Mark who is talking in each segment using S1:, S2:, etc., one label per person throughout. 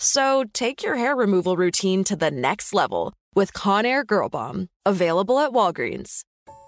S1: So take your hair removal routine to the next level with Conair Girl Bomb, available at Walgreens.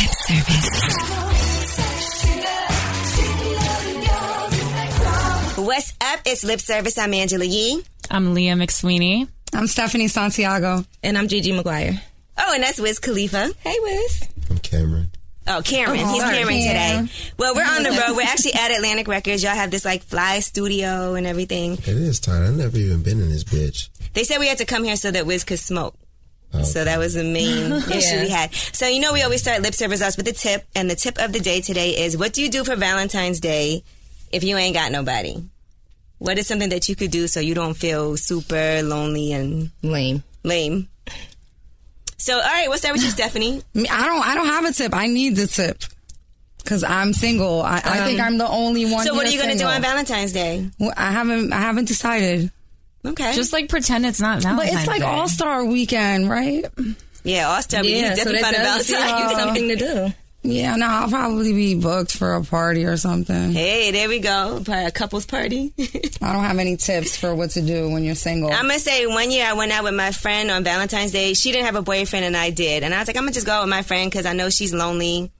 S2: Lip service.
S3: What's up? It's Lip Service. I'm Angela Yee.
S4: I'm Leah McSweeney.
S2: I'm Stephanie Santiago.
S5: And I'm Gigi McGuire.
S3: Oh, and that's Wiz Khalifa.
S5: Hey, Wiz.
S6: I'm Cameron.
S3: Oh, Cameron. He's
S2: sorry.
S3: Cameron
S2: Yeah.
S3: today. Well, we're on the road. We're actually at Atlantic Records. Y'all have this like fly studio and everything.
S6: It is time. I've never even been in this bitch.
S3: They said we had to come here so that Wiz could smoke.
S6: Okay.
S3: So that was the main issue we had. So you know we always start lip service us with the tip, and the tip of the day today is: What do you do for Valentine's Day if you ain't got nobody? What is something that you could do so you don't feel super lonely and
S5: Lame.
S3: lame? So all right, we'll start with you, Stephanie.
S2: Me- I don't. I don't have a tip. I need the tip because I'm single. I, I think I'm the only one.
S3: Um, So what are
S2: here
S3: you going to do
S2: single.
S3: on Valentine's Day?
S2: Well, I haven't. I haven't decided.
S3: Okay,
S4: Just like pretend it's not
S3: Oh
S2: But
S4: Valentine's
S2: it's like
S4: Day.
S2: All Star Weekend, right?
S3: yeah, all star. Yeah, you definitely find a
S5: does give
S3: Valentine's.
S5: you something to do.
S2: Yeah. No, I'll probably be booked for a party or something.
S3: Hey, there we go. Probably a couples party.
S2: I don't have any tips for what to do when you're single.
S3: I'm gonna say one year I went out with my friend on Valentine's Day. She didn't have a boyfriend and I did, and I was like, I'm gonna just go out with my friend because I know she's lonely.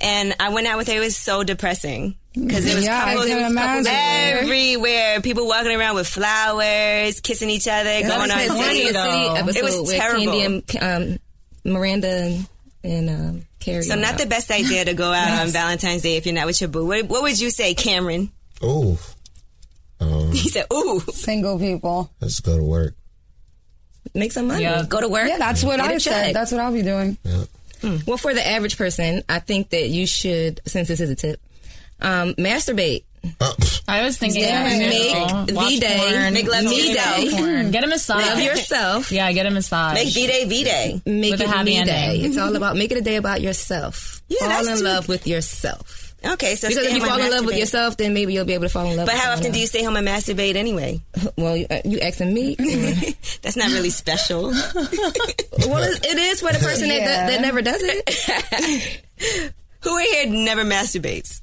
S3: And I went out with her. It was so depressing because it was
S2: Yeah, I
S3: couples,
S2: can
S3: it was couples
S2: imagine.
S3: everywhere. People walking around with flowers, kissing each other, going
S5: That
S3: on
S5: was
S2: corny,
S5: my City
S3: dates.
S5: of the
S2: though.
S5: City episode
S3: It was
S5: with
S3: terrible.
S5: Candy and um, Miranda and, and um, Carrie.
S3: So not the best idea to go out on Valentine's Day if you're not with your boo. What, what would you say, Cameron?
S6: Ooh. Um,
S3: He said, "Ooh,
S2: single people.
S6: let's go to work.
S5: Make some money.
S4: Yeah.
S5: Go to work.
S2: Yeah, that's what
S5: Get a
S2: I
S5: check.
S2: said. That's what I'll be doing.
S6: Yeah.
S5: Well, for the average person, I think that you should, since this is a tip, um, masturbate.
S6: Uh, pff,
S4: I was thinking,
S5: Yeah,
S4: that,
S5: make
S4: you know,
S5: the
S4: watch
S5: day,
S4: porn,
S5: make love
S4: watch
S5: me day.
S4: porn, get a massage
S5: Love yourself.
S4: Yeah, get a massage.
S3: make V Day V Day."
S5: Make
S4: With a
S5: it
S4: happy
S5: me
S4: ending.
S5: day. It's all about make it a day about yourself.
S3: Yeah,
S5: fall
S3: that's
S5: in
S3: too-
S5: love with yourself.
S3: Okay, so
S5: Because
S3: stay
S5: if you
S3: home and
S5: fall in love with
S3: masturbate.
S5: yourself, then maybe you'll be able to fall in love.
S3: But
S5: with
S3: how often
S5: someone
S3: do you stay home and masturbate anyway?
S5: else. Well, you, uh, you asking me?
S3: That's not really special.
S5: well, it it is for the person that, that, that never does it.
S3: Who in here never masturbates?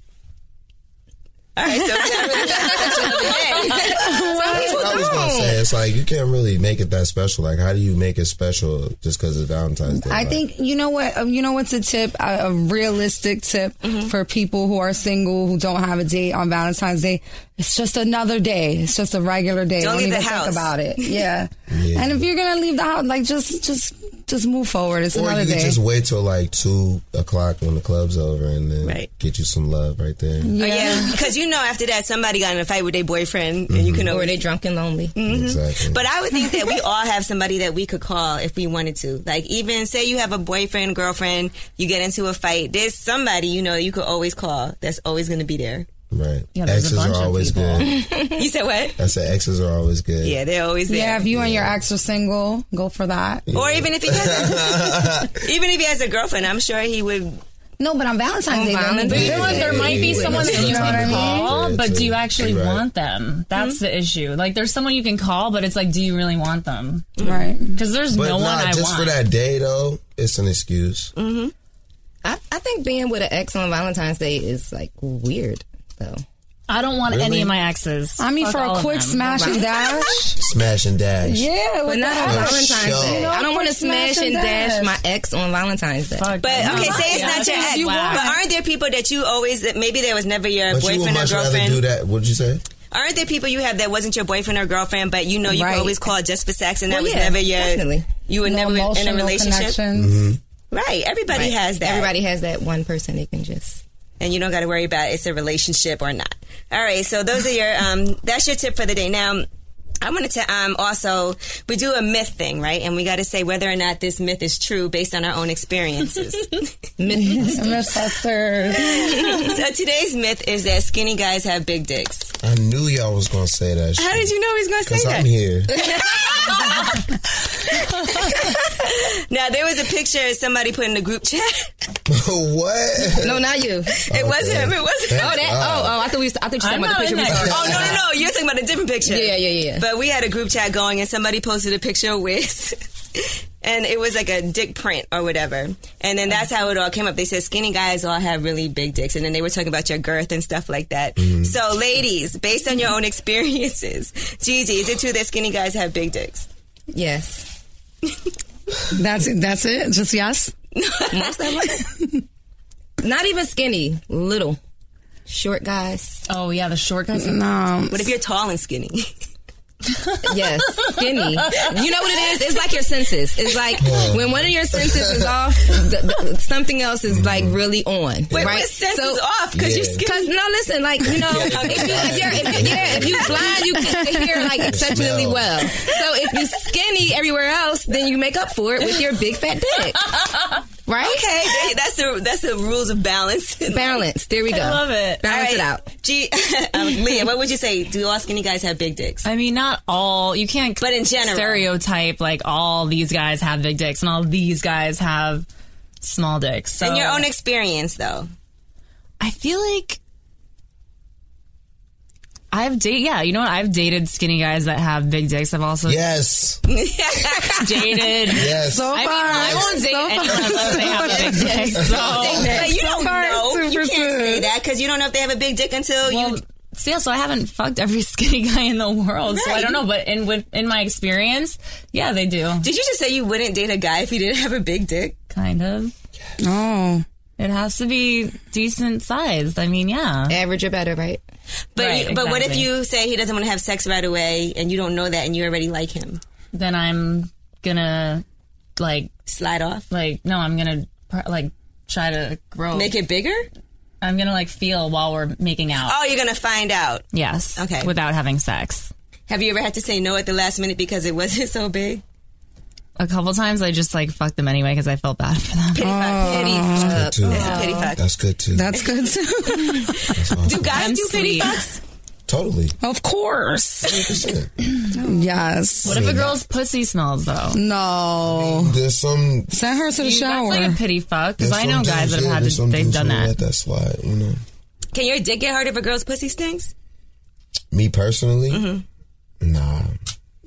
S3: All right, so it's not really that
S6: I was gonna say it's like you can't really make it that special. Like, how do you make it special just because it's Valentine's Day?
S2: I
S6: Like,
S2: think you know what um, you know what's a tip a, a realistic tip for people who are single who don't have a date on Valentine's Day. It's just another day. It's just a regular day.
S3: Don't
S2: Don't,
S3: leave the
S2: even
S3: house.
S2: think about it. Yeah.
S6: Yeah.
S2: And if you're gonna leave the house, like just just just move forward. It's
S6: Or
S2: another
S6: you could
S2: day.
S6: just wait till like two o'clock when the club's over and then
S3: Right.
S6: get you some love right there.
S4: Mm-hmm.
S3: Oh, yeah, because you know after that somebody got in a fight with their boyfriend, and you can
S5: Mm-hmm. or
S3: always. Mm-hmm.
S5: they drunk and lonely.
S6: Exactly.
S3: But I would think that we all have somebody that we could call if we wanted to. Like even say you have a boyfriend, girlfriend, you get into a fight. There's somebody you know you could always call. That's always going to be there.
S6: right.
S4: Yeah, there's a
S6: exes
S4: bunch
S6: are
S4: of
S6: always
S4: people.
S6: good.
S3: You said what?
S6: I said exes are always good.
S3: Yeah, they're always there.
S2: yeah, if you and your ex are single, go for that.
S3: Or even if he has, a, even if he has a girlfriend, I'm sure he would
S7: No, but on Valentine's
S5: On
S7: Day, though,
S5: Valentine's
S4: But
S7: maybe-
S4: you know what? There might be
S6: Yeah,
S4: someone that you
S6: that's what I
S4: can
S6: mean.
S4: call,
S6: Yeah,
S4: but do you
S6: true.
S4: actually
S6: Right.
S4: want them? That's the issue. Like, there's someone you can call, but it's like, do you really want them?
S7: right?
S4: Because there's
S6: But
S4: no
S6: nah,
S4: one I
S6: just
S4: want.
S6: for that day though, it's an excuse.
S5: I, I think being with an ex on Valentine's Day is like weird, though.
S4: I don't want any
S6: Really?
S4: of my exes.
S7: I mean,
S4: Fuck
S7: for
S4: all
S7: a
S4: of
S7: quick
S4: them.
S7: smash and dash.
S6: Smash and dash.
S7: Yeah,
S5: But
S7: with
S5: not on
S7: that.
S5: Valentine's
S6: sure.
S5: Day.
S6: You know,
S5: I don't want to
S7: for
S5: smash and dash my ex on Valentine's Day.
S4: Fuck
S3: But
S4: them.
S3: okay, say it's
S4: Yeah,
S3: not your
S4: that's
S3: ex.
S4: whack.
S3: But aren't there people that you always that maybe there was never your
S6: But you would
S3: boyfriend or
S6: much rather
S3: girlfriend?
S6: do that. What'd you say?
S3: Aren't there people you have that wasn't your boyfriend or girlfriend, but you know you
S7: Right.
S3: could always call just for sex, and that
S5: Well,
S3: was
S5: yeah,
S3: never your
S5: definitely.
S3: you were
S7: No
S3: never in a
S7: emotional
S3: relationship,
S7: connections.
S6: Mm-hmm.
S3: right? Everybody
S5: Right.
S3: has that,
S5: Everybody has that one person they can just.
S3: and you don't got to worry about it's a relationship or not. All right, so those are your um that's your tip for the day. Now. I wanted to um, also we do a myth thing, right? And we got to say whether or not this myth is true based on our own experiences.
S7: Mythbusters.
S3: so today's myth is that skinny guys have big dicks.
S6: I knew y'all was gonna say that.
S3: How did you know he's going to
S6: Because
S3: say that?
S6: I'm here.
S3: Now there was a picture somebody put in the group chat.
S6: what?
S5: No, not you.
S3: It wasn't him. It wasn't. him.
S5: Oh, that. Oh, oh. I thought we. Was, I thought you were
S4: I'm
S5: talking about
S4: not
S5: the picture
S4: in
S5: we
S4: that
S5: saw.
S3: Oh no no no! You're talking about a different picture.
S5: Yeah, yeah, yeah, yeah.
S3: But we had a group chat going, and somebody posted a picture with, and it was like a dick print or whatever. And then that's how it all came up. They said skinny guys all have really big dicks, and then they were talking about your girth and stuff like that.
S7: Mm-hmm.
S3: So, ladies, based on your own experiences, Gigi, is it true that skinny guys have big dicks?
S5: Yes.
S7: That's it. That's it. Just yes.
S5: Not even skinny. Little. Short guys.
S4: Oh yeah, the short guys.
S7: No.
S3: What if you're tall and skinny?
S5: Yes. Skinny. You know what it is? It's like your senses. It's like when one of your senses is off, th- th- something else is like really on.
S3: But
S5: right?
S3: my sense
S5: So-
S3: is off because you're
S6: Yeah.
S3: skinny.
S5: Cause no, listen, like you know, if, you, if you're, if you yeah, if you blind, you can hear like exceptionally
S6: Smell.
S5: well. So if you skinny everywhere else, then you make up for it with your big fat dick, right?
S3: Okay, there- that's the that's the rules of balance.
S5: Balance. There we go.
S4: I love it.
S5: Balance
S3: All
S5: it
S3: right.
S5: out.
S3: G- um, Leah, what would you say? Do all skinny guys have big dicks?
S4: I mean, not all. You can't.
S3: But in general.
S4: stereotype like all these guys have big dicks and all these guys have small dicks. So
S3: In your own experience, though.
S4: I feel like I've dated. Yeah, you know what? I've dated skinny guys that have big dicks. I've also
S6: Yes.
S4: dated.
S6: Yes.
S4: I mean, I won't date anyone unless they have a big dick. So,
S3: But you don't
S7: far,
S3: know. You
S7: super
S3: can't say
S7: smooth.
S3: that because you don't know if they have a big dick until
S4: well,
S3: you.
S4: so, yeah, so I haven't fucked every skinny guy in the world. So I don't know. But in with, in my experience, yeah, they do.
S3: Did you just say you wouldn't date a guy if he didn't have a big dick?
S4: Kind of.
S7: Oh.
S4: It has to be decent sized. I mean, yeah.
S5: Average or better, right?
S3: But
S4: Right,
S3: but what if
S4: exactly.
S3: you say he doesn't want to have sex right away and you don't know that and you already like him?
S4: Then I'm gonna like
S3: Slide off,
S4: like no, I'm gonna pr- like try to grow.
S3: make it bigger.
S4: I'm gonna like feel while we're making out.
S3: Oh, you're gonna find out.
S4: Yes.
S3: Okay.
S4: Without having sex.
S3: Have you ever had to say no at the last minute because it wasn't so big?
S4: A couple times I just like fucked them anyway because I felt bad for them.
S3: Pity fuck. Pity fuck.
S6: Good too.
S3: It's a pity fuck.
S6: That's good too.
S7: That's good too.
S3: Do guys
S4: I'm
S3: do pity
S4: sweet.
S3: fucks?
S6: totally.
S7: of course.
S6: 100%.
S7: Yes.
S4: What if a girl's pussy smells though?
S7: No.
S6: There's some.
S7: Send her to the
S4: That's
S7: shower.
S4: like a pity fuck because
S6: there's
S4: I know
S6: some
S4: guys that
S6: dudes, yeah,
S4: have had
S6: there's
S4: to,
S6: some
S4: they've
S6: dudes
S4: done
S6: who Let
S4: that.
S6: that slide. You know,
S3: Can your dick get hard if a girl's pussy stinks?
S6: me personally, nah.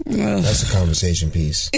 S6: That's a conversation piece.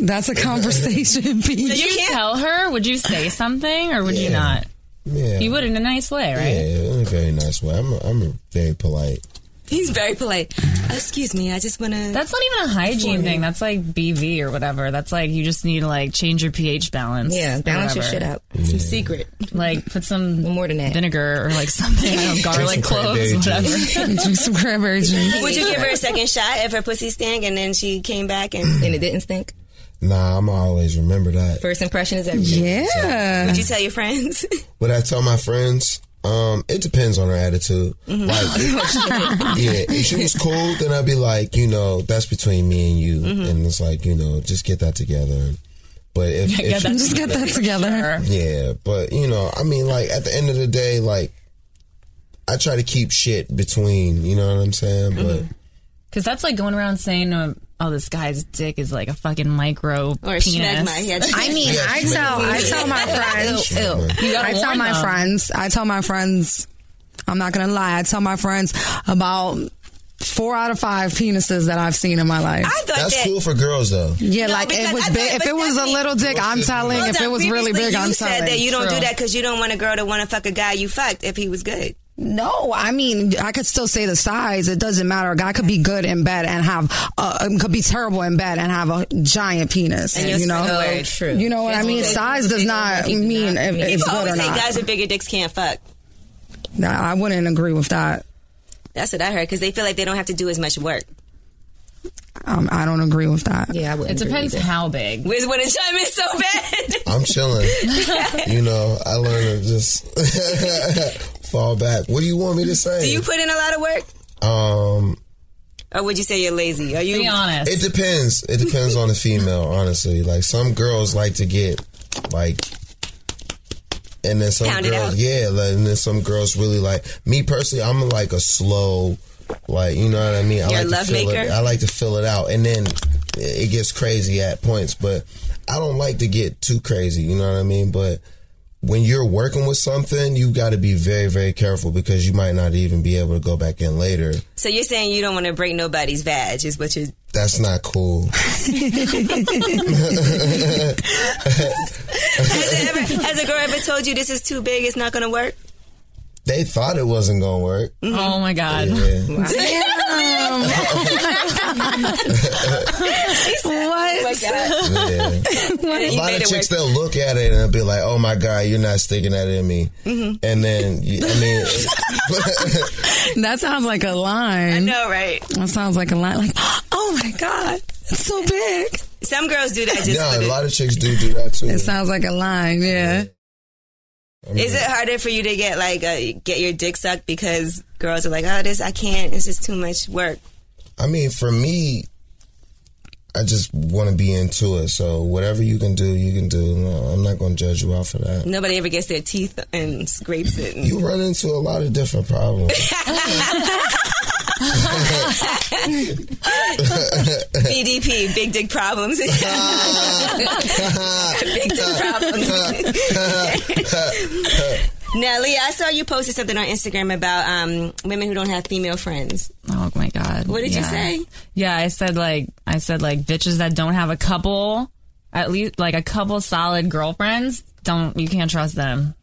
S7: That's a conversation
S3: So
S7: piece.
S3: you
S4: Would you
S3: can't.
S4: tell her? Would you say something or would you
S6: Yeah.
S4: not?
S6: Yeah.
S4: You would in a nice way,
S6: Yeah,
S4: right?
S6: in a very nice way. I'm. A, I'm a very polite.
S3: He's very polite. Uh, Excuse me, I just want to.
S4: That's not even a hygiene thing. That's like BV or whatever. That's like you just need to like change your pH balance.
S5: Yeah,
S4: or
S5: balance your
S4: whatever.
S5: shit out.
S3: Some secret.
S4: Like put some
S5: No more than that.
S4: vinegar or like something, I don't know, garlic
S6: Drink some
S4: cloves,
S6: cranberry
S4: whatever.
S6: juice.
S7: Drink some cranberry juice.
S3: Would you give her a second shot if her pussy stank and then she came back and
S5: And it didn't stink.
S6: Nah, I'm always remember that.
S5: First impression is everything.
S7: Yeah.
S3: would you tell your friends?
S6: What I tell my friends, um, it depends on her attitude.
S4: Mm-hmm.
S6: Like, yeah, if she was cool, then I'd be like, you know, that's between me and you,
S4: Mm-hmm.
S6: and it's like, you know, just get that together. But if, if she-
S7: Just get that together.
S6: yeah, but you know, I mean, like at the end of the day, like I try to keep shit between, you know what I'm saying? But
S4: Because that's like going around saying to oh, this guy's dick is like a fucking micro
S3: Or
S4: penis.
S3: smack my head.
S2: I mean, I tell I tell my friends.
S4: Mm-hmm. You gotta
S2: I tell
S4: warn
S2: my
S4: them.
S2: friends. I tell my friends. I'm not gonna lie. I tell my friends about four out of five penises that I've seen in my life.
S3: I thought
S6: That's
S3: that.
S6: cool for girls though.
S2: yeah,
S3: No,
S2: like
S3: because
S2: it was
S3: I
S2: big.
S3: thought-
S2: If
S3: but
S2: it was a
S3: Stephanie-
S2: little dick, I'm telling.
S3: Hold
S2: If
S3: on,
S2: it was really
S3: previously
S2: big, I'm
S3: you said
S2: telling.
S3: that you don't
S2: True.
S3: do that because you don't want a girl to want to fuck a guy you fucked if he was good.
S2: No, I mean, I could still say the size. It doesn't matter. A guy could be good in bed and have, uh, um, could be terrible in bed and have a giant penis.
S5: And
S2: you
S5: you're
S2: know,
S5: still very true.
S2: You know what I
S5: It's
S2: mean?
S5: okay.
S2: Size does
S5: People
S2: not
S5: do not
S2: mean if
S5: mean-
S2: it's
S3: People
S2: good or
S3: always say
S2: not.
S3: guys with bigger dicks can't fuck.
S2: Nah, I wouldn't agree with that.
S3: That's what I heard because they feel like they don't have to do as much work.
S2: Um, I don't agree with that.
S5: Yeah, I would.
S4: It depends how big.
S3: Wiz would have chime in so bad.
S6: I'm chilling. you know, I learned to just fall back. What do you want me to say?
S3: do you put in a lot of work,
S6: um,
S3: or would you say you're lazy? Are you?
S4: Be honest.
S6: it depends. It depends on the female, honestly. Like some girls like to get like. And then some
S3: Pounded
S6: girls,
S3: out.
S6: yeah, like, and then some girls really like me personally. I'm like a slow, like you know what I mean. I
S3: You're
S6: like
S3: a love
S6: to fill it.
S3: maker?
S6: I like to fill it out, and then it gets crazy at points. But I don't like to get too crazy. You know what I mean? But when you're working with something, you got to be very, very careful because you might not even be able to go back in later.
S3: So you're saying you don't want to break nobody's vag is what you're.
S6: That's not cool.
S3: Has, it ever, has a girl ever told you this is too big? It's not going to work.
S6: They thought it wasn't gonna work.
S4: Oh my god.
S6: Yeah.
S2: What?
S6: Yeah. a lot
S3: made
S6: of
S3: it
S6: chicks they'll look at it and be like, "Oh my god, you're not sticking that in me,"
S3: Mm-hmm.
S6: and then you- I mean,
S2: That sounds like a line.
S3: No, right.
S2: That sounds like a line. Like, oh my god, it's so big.
S3: Some girls do that just
S6: yeah,
S3: for
S6: a
S3: the-
S6: lot of chicks do do that too.
S2: It sounds like a line. Yeah.
S3: Is it harder for you to get like uh, get your dick sucked because girls are like, oh, this I can't. It's just too much work.
S6: I mean, for me, I just want to be into it. So whatever you can do, you can do. No, I'm not gonna judge you out for that.
S3: Nobody ever gets their teeth and scrapes it. And-
S6: You run into a lot of different problems.
S3: BDP, big dick problems. big dick problems. Nelly, I saw you posted something on Instagram about um, women who don't have female friends.
S4: Oh my god.
S3: What did you
S4: Yeah.
S3: say?
S4: Yeah, I said like I said like bitches that don't have a couple at least like a couple solid girlfriends, don't you can't trust them.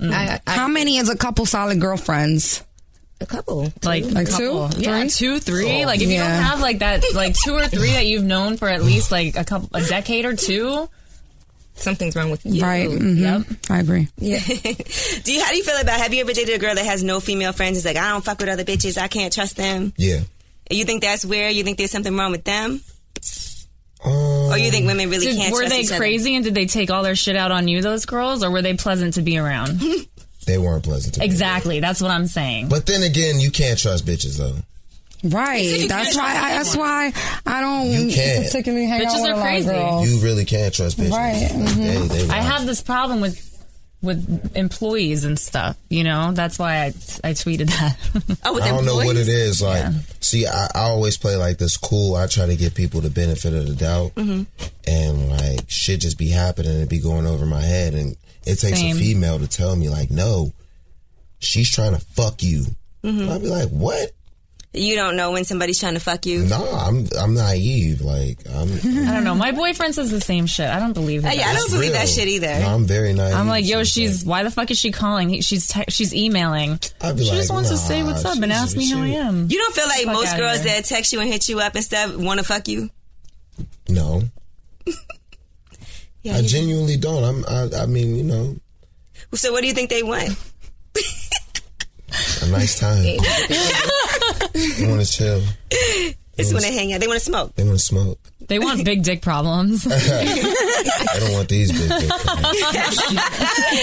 S5: I, I,
S2: How many is a couple solid girlfriends?
S5: a couple.
S4: Like
S2: Like two?
S4: couple. Yeah, two, three. Like if you
S2: Yeah.
S4: don't have like that like two or three that you've known for at least like a couple a decade or two.
S5: Something's wrong with you.
S2: Right. hmm I agree.
S3: Do you how do you feel about? Have you ever dated a girl that has no female friends? It's like I don't fuck with other bitches. I can't trust them.
S6: yeah.
S3: You think that's weird? You think there's something wrong with them,
S6: Um,
S3: or Oh, you think women really
S4: Did-
S3: can't?
S4: were
S3: trust
S4: they
S3: each other?
S4: crazy and did they take all their shit out on you, those girls, or were they pleasant to be around?
S6: they weren't pleasant. To me.
S4: exactly. That's what I'm saying.
S6: But then again, you can't trust bitches though.
S2: Right. That's why. I, that's why I don't
S6: You can't.
S2: particularly hang out
S4: Bitches
S2: with
S4: are
S2: a lot of
S4: crazy.
S3: Oh.
S2: girls.
S6: You really can't trust bitches.
S2: Right, mhm.
S6: They- they
S3: Mm-hmm.
S4: I
S6: lie.
S4: have this problem with with employees and stuff, you know? That's why I I tweeted that.
S3: Oh, with
S6: I don't know
S3: employees?
S6: what it is. Like, see, I, I always play like this cool. I try to give people the benefit of the doubt,
S4: Mm-hmm.
S6: and like shit just be happening and be going over my head. And it takes
S4: Same.
S6: a female to tell me like, no, she's trying to fuck you.
S4: Mm-hmm.
S6: I'll be like, what?
S3: You don't know when somebody's trying to fuck you.
S6: Nah, I'm I'm naive. Like, I'm.
S4: I don't know. My boyfriend says the same shit. I don't believe
S3: Oh,
S4: it.
S3: yeah, I don't believe that
S6: real.
S3: shit either.
S6: No, I'm very naive.
S4: I'm like, yo,
S6: sometimes.
S4: she's why the fuck is she calling? He- She's te- she's emailing.
S6: I'd be
S4: She just
S6: like,
S4: wants to
S6: nah,
S4: say what's up
S6: she's-
S4: and ask me how I
S6: she-
S4: am.
S3: You don't feel like
S4: Fuck
S3: most
S4: outta
S3: girls
S4: here.
S3: that text you and hit you up and stuff want to fuck you.
S6: No,
S3: Yeah.
S6: I
S3: you-
S6: genuinely don't. I'm. I, I mean, you know,
S3: so what do you think they want?
S6: a nice time. you want to chill.
S3: Just want to hang out. They want to smoke.
S6: They want to smoke.
S4: They want big dick problems.
S6: I don't want these big dick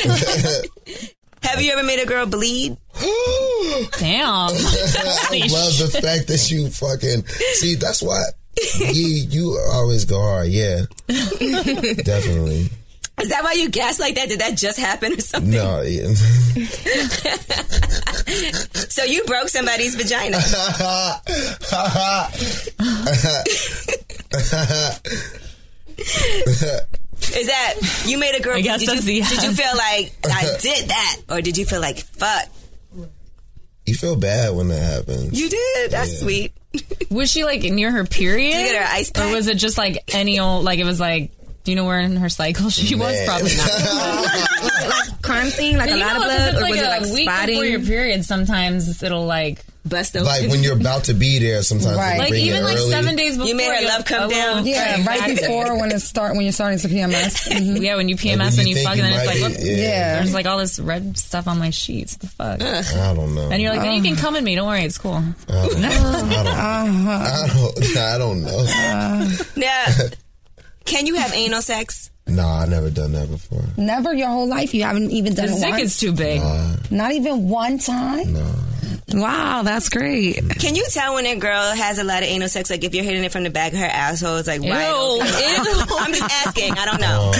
S6: pics.
S3: Have you ever made a girl bleed?
S4: Damn.
S6: I love the fact that you fucking see. That's why you you always go hard. Yeah, definitely.
S3: Is that why you gasped like that? Did that just happen or something?
S6: No, yeah.
S3: So you broke somebody's vagina. Is that you made a girl?
S4: I guess
S3: did,
S4: that's
S3: you,
S4: the
S3: did you
S4: yes.
S3: feel like I did that, or did you feel like fuck?
S6: You feel bad when that happens.
S3: You did. That's sweet.
S4: Was she like near her period?
S3: Did you get her ice
S4: Or
S3: pack?
S4: was it just like any old, like it was like, do you know where in her cycle she was?
S6: Man.
S4: Probably not.
S5: crime scene, like a
S4: You
S5: lot
S4: know,
S5: of
S4: 'cause
S5: blood,
S4: it's
S5: or was it like
S4: a week before your
S5: spotting?
S4: period, sometimes it'll like,
S3: Bust open.
S6: like when you're about to be there, sometimes
S7: Right.
S6: they
S4: like
S6: bring
S4: even
S6: it
S4: like
S6: early.
S4: seven days before.
S3: You made her
S4: you'll-
S3: love come
S4: a little-
S3: down?
S7: Yeah, right
S4: exactly.
S7: before when it start when you're starting to PMS.
S2: Mm-hmm.
S7: Mhm.
S4: Yeah, when you PMS
S6: Like, when
S4: and
S6: you
S4: you
S6: think
S4: fuck,
S6: you
S4: and then it's
S6: might
S4: like,
S6: be-
S4: look,
S7: yeah.
S4: there's like all this red stuff on my sheets. What the fuck?
S6: I don't know.
S4: And you're like, then you can come at me. Don't worry, it's cool.
S6: I don't know. I don't, I don't, I don't know.
S3: Now, can you have anal sex?
S6: nah, I never done that before.
S7: Never your whole life. You haven't even done
S4: The
S7: it
S4: dick
S7: once.
S4: is too big.
S7: Not even one time.
S6: No.
S7: Wow, that's great.
S3: Can you tell when a girl has a lot of anal sex? Like if you're hitting it from the back of her asshole, it's like wide open. I'm just asking. I don't know.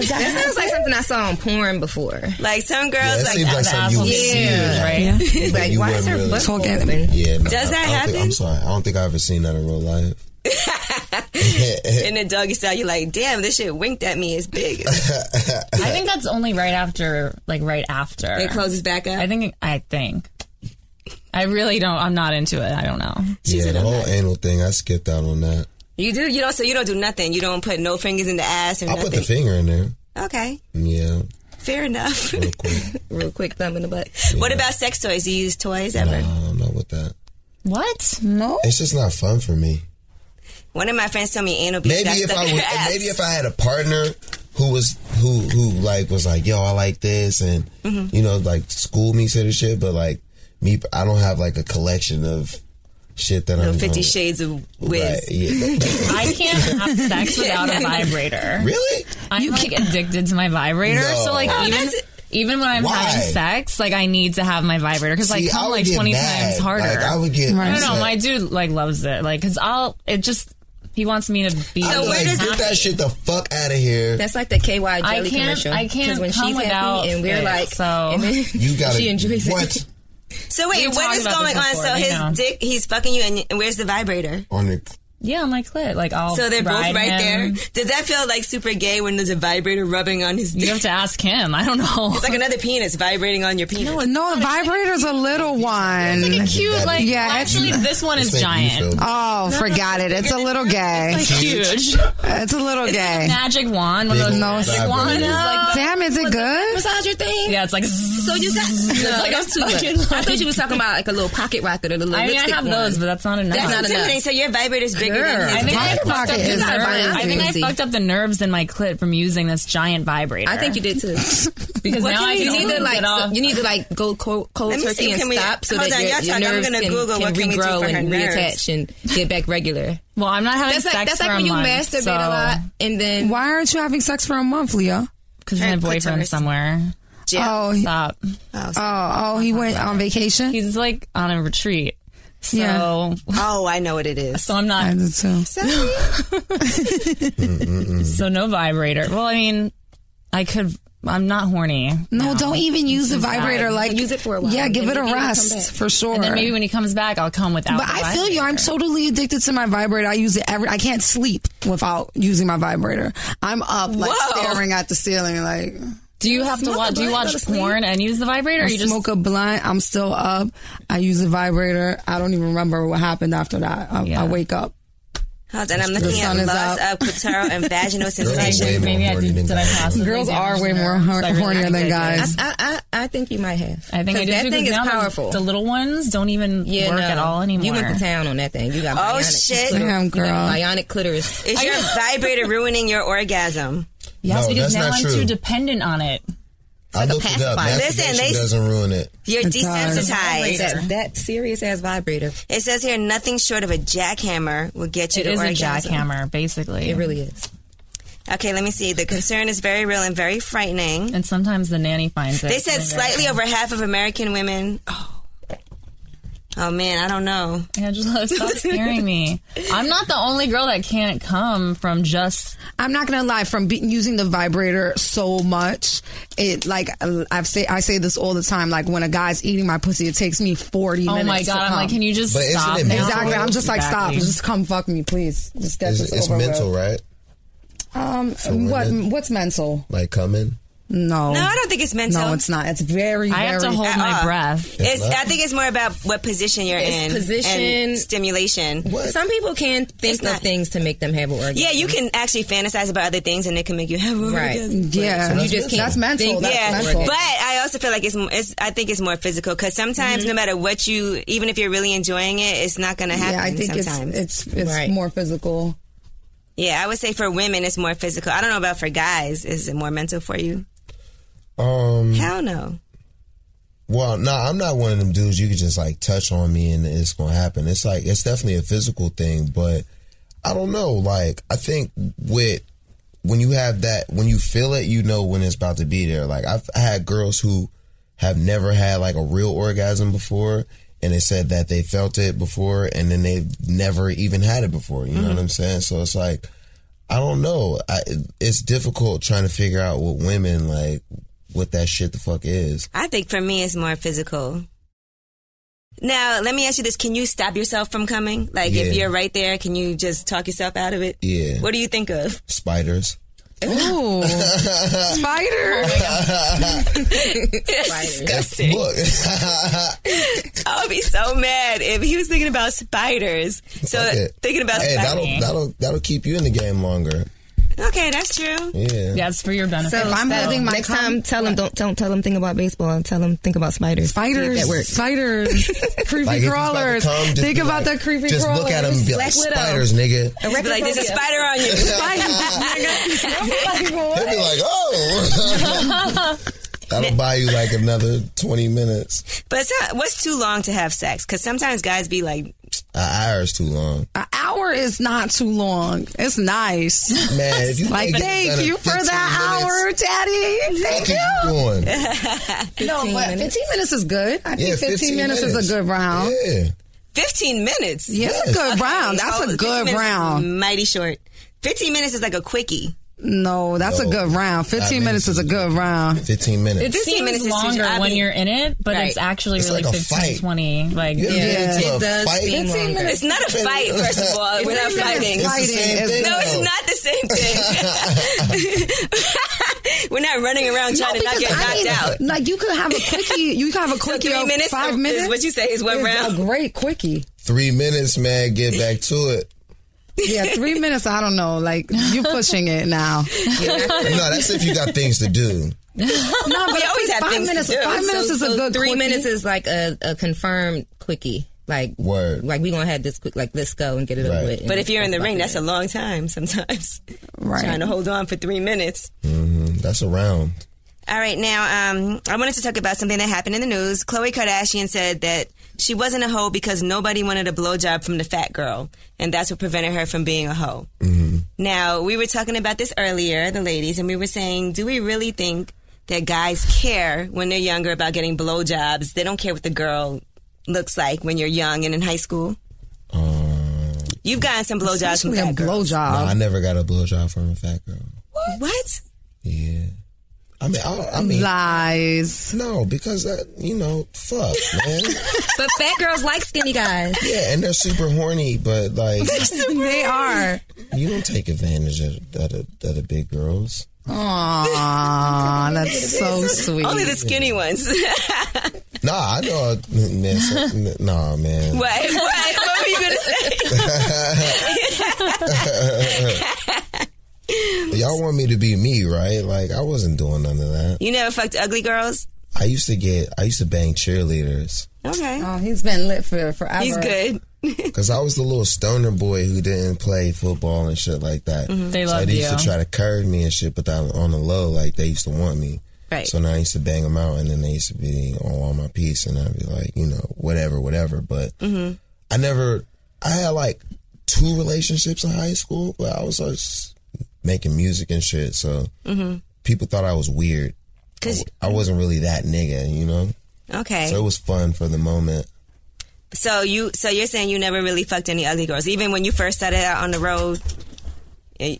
S5: That sounds like something I saw on porn before.
S3: Like some
S6: Yeah,
S3: girls,
S6: it
S3: like,
S6: seems
S3: oh, the
S6: like something you would
S3: asshole.
S6: see.
S4: Right?
S6: Like, but
S5: Like,
S6: you
S5: why is
S6: wouldn't
S5: her
S6: really-
S5: butt
S7: Talking at
S5: open?
S6: Yeah, no,
S3: Does that
S6: I don't think-
S3: happen?
S6: I'm sorry. I don't think I've ever seen that in real life.
S3: in the doggy style. You're like, damn, this shit winked at me. It's big.
S4: I think that's only right after, like right after.
S3: It closes back up.
S4: I think, I think. I really don't, I'm not into it. I don't know.
S6: yeah, the whole anal thing, I skipped out on that.
S3: You do. You don't. So you don't do nothing. You don't put no fingers in the ass or
S6: I
S3: nothing.
S6: put the finger in there.
S3: okay,
S6: Yeah,
S3: fair enough.
S6: real quick.
S5: Real quick thumb in the butt.
S3: What about sex toys? Do you use toys ever?
S6: Nah, I'm not with that.
S4: What?
S7: No.
S6: It's just not fun for me.
S3: One of my friends told me anal beads
S6: Maybe
S3: got
S6: if
S3: stuck
S6: I
S3: in
S6: was,
S3: her ass.
S6: maybe if I had a partner who was who who like was like, yo, I like this, and
S4: Mm-hmm.
S6: you know, like school me to the shit. But like me, I don't have like a collection of shit that
S3: The
S6: I'm
S3: Fifty
S6: gonna-
S3: Shades of Whiz.
S6: Right, yeah.
S4: I can't have sex without a vibrator.
S6: really?
S4: I'm like addicted to my vibrator.
S6: No.
S4: So like
S6: Oh,
S4: even
S3: that's-
S4: even when I'm
S6: Why?
S4: having sex, like I need to have my vibrator because like
S6: See, I
S4: come
S6: would
S4: like
S6: get
S4: 20
S6: mad.
S4: times harder.
S6: Like, I would get.
S4: no,
S6: upset.
S4: no, my dude like loves it. Like because I'll it just he wants me to be.
S6: I'd be like,
S4: happy.
S6: get that shit the fuck out of here.
S5: That's like the KY jelly
S4: I can't-
S5: commercial.
S4: I can't
S5: 'Cause when
S4: come
S5: she's
S4: without
S5: happy and we're
S4: it,
S5: like,
S4: so-
S5: and then
S6: You gotta.
S5: She enjoys it.
S6: what
S3: So wait,
S4: We've
S3: what
S4: talked
S3: is
S4: about
S3: going
S4: this
S3: on?
S4: before,
S3: So
S4: we
S3: his
S4: know.
S3: dick, he's fucking you, and, and where's the vibrator?
S6: on the
S4: yeah, on my clit. Like I'll.
S3: So they're both
S4: ride
S3: right there.
S4: him.
S3: Does that feel like super gay when there's a vibrator rubbing on his
S4: You
S3: dick?
S4: have to ask him. I don't know.
S3: It's like another penis vibrating on your penis.
S2: No, the vibrator's a little one.
S4: It's cute. Like
S2: Yeah,
S4: well,
S2: it's-
S4: actually, this one is
S6: This make me feel
S4: giant.
S6: bad.
S2: Oh, forgot it. It's a little gay.
S4: Like huge
S2: It's a little gay.
S4: magic wand. One of those
S6: Big
S4: magic
S6: vibrator.
S4: wands. Like
S2: Damn, is it good?
S5: massage your thing.
S4: yeah, it's like.
S5: So you got no,
S4: like a
S5: that's too
S4: fucking
S5: much. I
S4: line.
S5: thought you was talking about like a little pocket rocket or the little
S4: I mean, I
S5: lipstick
S4: have
S5: one.
S4: those, but that's not enough.
S5: That's not
S3: Intimidating. So your vibrator's bigger
S5: Girl.
S3: than his.
S4: I think I
S6: Pocket
S4: fucked up
S2: rocket
S4: the
S2: is
S4: nerves.
S5: very
S4: I think I
S5: easy.
S4: fucked up the nerves in my clit from using this giant vibrator.
S5: I think you did too.
S4: because
S5: What
S4: now
S5: can
S4: I
S5: you,
S4: can
S5: need
S4: only
S5: to like
S4: get off.
S5: so- you need to like go cold, cold
S3: Let me
S5: turkey
S3: see,
S5: and
S3: can we-
S5: stop so
S3: hold
S5: that
S3: on,
S5: your,
S3: y'all
S5: your
S3: talk. I'm
S5: nerves
S3: gonna
S5: can,
S3: Google
S5: can
S3: what can we do
S5: regrow
S3: for her
S5: and
S3: nerves.
S5: reattach and get back regular.
S4: well, I'm not having
S5: That's
S4: sex
S5: like that's
S4: for
S5: like
S4: a
S5: when you
S4: month,
S5: masturbate
S4: so,
S5: a lot and then
S2: Why aren't you having sex for a month, Leah?
S4: because my
S3: Her
S4: boyfriend's
S3: clitoris.
S4: somewhere.
S2: Oh, he- oh,
S4: Stop.
S2: oh, he went on vacation.
S4: He's like on a retreat. So,
S2: Yeah.
S3: Oh, I know what it is.
S4: so I'm
S2: I
S4: not.
S2: did too.
S4: So no vibrator. Well, I mean, I could. I'm not horny.
S2: No, don't even use the vibrator. Like
S5: Use it for a while.
S2: Yeah, give
S5: And
S2: it a
S5: maybe it'll come back.
S2: rest for sure.
S4: And then maybe when he comes back, I'll come without.
S2: But
S4: the
S2: I feel you. I'm
S4: vibrator.
S2: totally addicted to my vibrator. I use it every. I can't sleep without using my vibrator. I'm up like staring at the ceiling. Like
S4: Do you have to
S5: Smoke a
S4: watch? Do you
S5: blunt, go to
S4: watch
S5: sleep.
S4: porn and use the vibrator? Or
S2: I
S4: you just
S2: smoke a blunt. I'm still up. I use the vibrator. I don't even remember what happened after that. I,
S4: Yeah.
S2: I wake up.
S3: Hold on, I'm looking
S2: sun
S3: at
S2: is
S3: loss
S2: out.
S3: of clitoral and vaginal sensation.
S6: way more
S4: maybe I
S6: horny
S4: did.
S6: than
S4: Did I
S6: guys.
S4: possibly
S2: Girls
S4: damage
S2: are way
S4: the
S2: more
S4: nerves?
S2: hor-
S4: I really
S2: hornier than
S4: did.
S2: guys.
S5: I, I I think you might have.
S4: I think I
S5: 'Cause
S4: do
S5: that
S4: too, 'cause
S5: thing is
S4: now the-
S5: powerful.
S4: The little ones don't even
S5: yeah,
S4: work
S5: no.
S4: at all anymore.
S5: You went to town on that thing. You got
S3: Oh,
S5: bionic
S3: shit.
S5: clitoris.
S2: Damn,
S5: You got
S2: girl.
S5: bionic clitoris.
S3: Is your vibrator ruining your orgasm?
S4: yes,
S6: No,
S4: because
S6: that's
S4: now
S6: not
S4: I'm
S6: true.
S4: too dependent on it.
S6: I looked it up.
S5: pacifier.
S3: Listen,
S6: Masturbation
S3: they-
S6: doesn't ruin it.
S3: You're
S2: does.
S3: desensitized.
S5: That, that serious ass vibrator.
S3: It says here nothing short of a jackhammer will get you
S4: It
S3: to
S4: is a
S3: orgasm.
S4: jackhammer, basically.
S5: It really is.
S3: Okay, let me see. The concern is very real and very frightening.
S4: And sometimes the nanny finds it.
S3: They said
S4: Like,
S3: slightly over half of American women oh, Oh man, I don't know.
S4: Angela, stop scaring me. I'm not the only girl that can't come from just.
S2: I'm not gonna lie. From be- using the vibrator so much, it like uh, I've say I say this all the time. Like when a guy's eating my pussy, it takes me 40
S4: Oh
S2: minutes.
S4: my
S2: to
S4: god! I'm
S2: come.
S4: like, can you just
S6: But isn't
S4: stop?
S6: it
S4: now?
S2: Exactly. I'm just like,
S4: Exactly.
S2: stop. Just come fuck me, please. Just get
S6: It's,
S2: this
S6: it's
S2: over
S6: mental,
S2: with.
S6: right?
S2: Um,
S6: For
S2: what
S6: women.
S2: what's mental?
S6: Like coming.
S2: No,
S3: No, I don't think it's mental.
S2: no, it's not. It's very.
S4: I have to
S2: very-
S4: hold
S3: At
S4: my
S6: Uh-uh.
S3: all.
S4: breath.
S3: It's, I think it's more about what position you're
S5: It's
S3: in.
S5: position-
S3: and stimulation.
S5: Some people can think
S3: It's
S5: of
S3: not-
S5: things to make them have an orgasm.
S3: Yeah, you can actually fantasize about other things, and it can make you have
S5: Right.
S3: orgasm.
S2: Yeah,
S5: So you just can't
S2: That's mental.
S5: think-
S2: that's
S3: yeah,
S2: mental.
S3: but I also feel like it's, m- it's I think it's more physical because sometimes no matter what you, even if you're really enjoying it, it's not going to happen.
S2: Mm-hmm. yeah, I think
S3: sometimes.
S2: it's it's it's
S5: Right.
S2: more physical.
S3: yeah, I would say for women it's more physical. I don't know about for guys. Is it more mental for you?
S6: Um.
S3: Hell no.
S6: Well, no, I'm not one of them dudes. You can just like touch on me and it's gonna happen. It's like it's definitely a physical thing, but I don't know. Like I think with when you have that, when you feel it, you know when it's about to be there. Like I've had girls who have never had like a real orgasm before, and they said that they felt it before, and then they've never even had it before. You know what I'm saying? So it's like I don't know. I, it's difficult trying to figure out with women like what that shit the fuck is.
S3: I think for me it's more physical. Now, let me ask you this. Can you stop yourself from coming? Like,
S6: Yeah.
S3: if you're right there, can you just talk yourself out of it?
S6: Yeah.
S3: What do you think of?
S6: spiders.
S2: Ooh, spider.
S3: Disgusting.
S6: Look,
S3: I would be so mad if he was thinking about spiders. So
S6: Okay.
S3: thinking about
S6: hey,
S3: spiders.
S6: that'll that'll that'll keep you in the game longer.
S3: Okay, that's true.
S6: Yeah.
S4: That's for your benefit.
S2: if I'm holding my
S5: Next time, tell them don't don't tell them think about baseball. Tell them think about spiders.
S2: spiders,
S5: See if that works.
S2: spiders, creepy
S6: Like, if he's about to
S2: crawlers.
S6: come, just
S2: Think
S6: be
S2: about
S6: like-
S2: that creepy
S6: Just
S2: crawlers.
S6: look at him and be like,
S5: Black Widow.
S6: spiders, nigga.
S3: Just be like, there's a spider on you.
S6: They'll be like, oh. that'll buy you like another 20 minutes.
S3: But it's not, what's too long to have sex? Because sometimes guys be like,
S6: An hour's too long.
S2: An hour is not too long. It's nice.
S6: Man, if you
S2: Like,
S6: think it's
S2: thank
S6: done
S2: you
S6: in
S2: for
S6: 15
S2: that hour,
S6: minutes,
S2: Daddy. Thank
S6: What are you
S2: you.
S6: doing?
S2: No, but 15 minutes is good. I think
S6: Yeah,
S2: 15, minutes, is a good round. Yeah,
S6: Yeah.
S3: 15 minutes.
S2: it's a good round.
S3: Okay,
S2: That's
S3: oh,
S2: a
S3: 15
S2: good
S3: minutes is
S2: round.
S3: Mighty short. 15 minutes is like a quickie.
S2: No, that's a
S6: No.
S2: good round.
S6: Five
S2: 15 minutes
S6: minutes
S2: is a
S6: is
S2: good round.
S6: 15 minutes.
S4: it
S3: 15 minutes
S4: seems
S3: is
S4: longer
S3: usually- I
S4: when
S3: mean-
S4: you're in it, but it's
S3: Right.
S4: actually
S6: It's
S4: really
S6: like a
S4: 15,
S6: fight.
S4: 20 Like,
S6: You ever been
S2: Yeah.
S6: into a
S5: It does
S6: fight?
S5: seem longer.
S3: It's not a fight, first of all. We're not fighting.
S6: It's the
S2: Fighting
S6: same
S2: is-
S6: thing.
S3: No, it's
S6: though.
S3: not the same thing. We're not running around trying to not get knocked out.
S2: Like you could have a quickie. You could have a quickie.
S3: three
S2: of
S3: minutes
S2: five
S3: is
S2: minutes.
S3: what you say is one round?
S2: A great quickie.
S6: Three minutes, man. Get back to it.
S2: Yeah, three minutes. I don't know. Like you pushing it now.
S6: No, that's if you got things to do.
S2: No, but
S3: We
S2: I
S3: always
S2: think
S3: have
S2: five
S3: things to
S2: minutes.
S3: do.
S2: Five
S3: So-
S2: minutes is a good
S5: three
S2: quickie.
S5: minutes is like a, a confirmed quickie. Like
S6: Word.
S5: Like we gonna have this quick. Like let's go and get it
S6: Right.
S5: over with.
S3: But if you're in the ring, that's a long time sometimes. Trying to hold on for three minutes.
S6: Mm-hmm. That's a round.
S3: All right, now um, I wanted to talk about something that happened in the news. Khloe Kardashian said that she wasn't a hoe because nobody wanted a blowjob from the fat girl, and that's what prevented her from being a hoe. Now we were talking about this earlier, the ladies, and we were saying, do we really think that guys care when they're younger about getting blowjobs? They don't care what the girl looks like when you're young and in high school.
S6: Um,
S3: You've gotten some blowjobs from
S2: Especially a
S3: fat girls.
S6: no,
S2: blowjob.
S6: I never got a blowjob from a fat girl.
S3: what?
S6: Yeah. I mean, I, I mean,
S2: Lies.
S6: no, because I, you know, fuck, man.
S5: but fat girls like skinny guys.
S6: yeah, and they're super horny, but like,
S2: they are.
S6: you don't take advantage of of the, of the big girls.
S2: Aw, that's so sweet.
S3: Only the skinny ones.
S6: Nah, I know, a- man. So, nah, man.
S3: what? What? What were you gonna say?
S6: Y'all want me to be me, right? Like, I wasn't doing none of that.
S3: You never fucked ugly girls?
S6: I used to get, I used to bang cheerleaders.
S3: Okay.
S2: Oh, he's been lit for forever.
S3: He's good.
S6: Cause I was the little stoner boy who didn't play football and shit like that.
S4: They
S6: so
S4: loved
S6: they used
S4: you.
S6: to try to curve me and shit, but that on the low, like they used to want me.
S3: Right.
S6: So now I used to bang them out, and then they used to be on all my piece, and I'd be like, you know, whatever, whatever. But
S3: Mm-hmm.
S6: I never, I had like two relationships in high school, but I was just making music and shit. So people thought I was weird.
S3: Mm-hmm. 'Cause-
S6: I wasn't really that nigga, you know.
S3: Okay.
S6: So it was fun for the moment.
S3: So you, so you're saying you never really fucked any ugly girls, even when you first started out on the road. eh,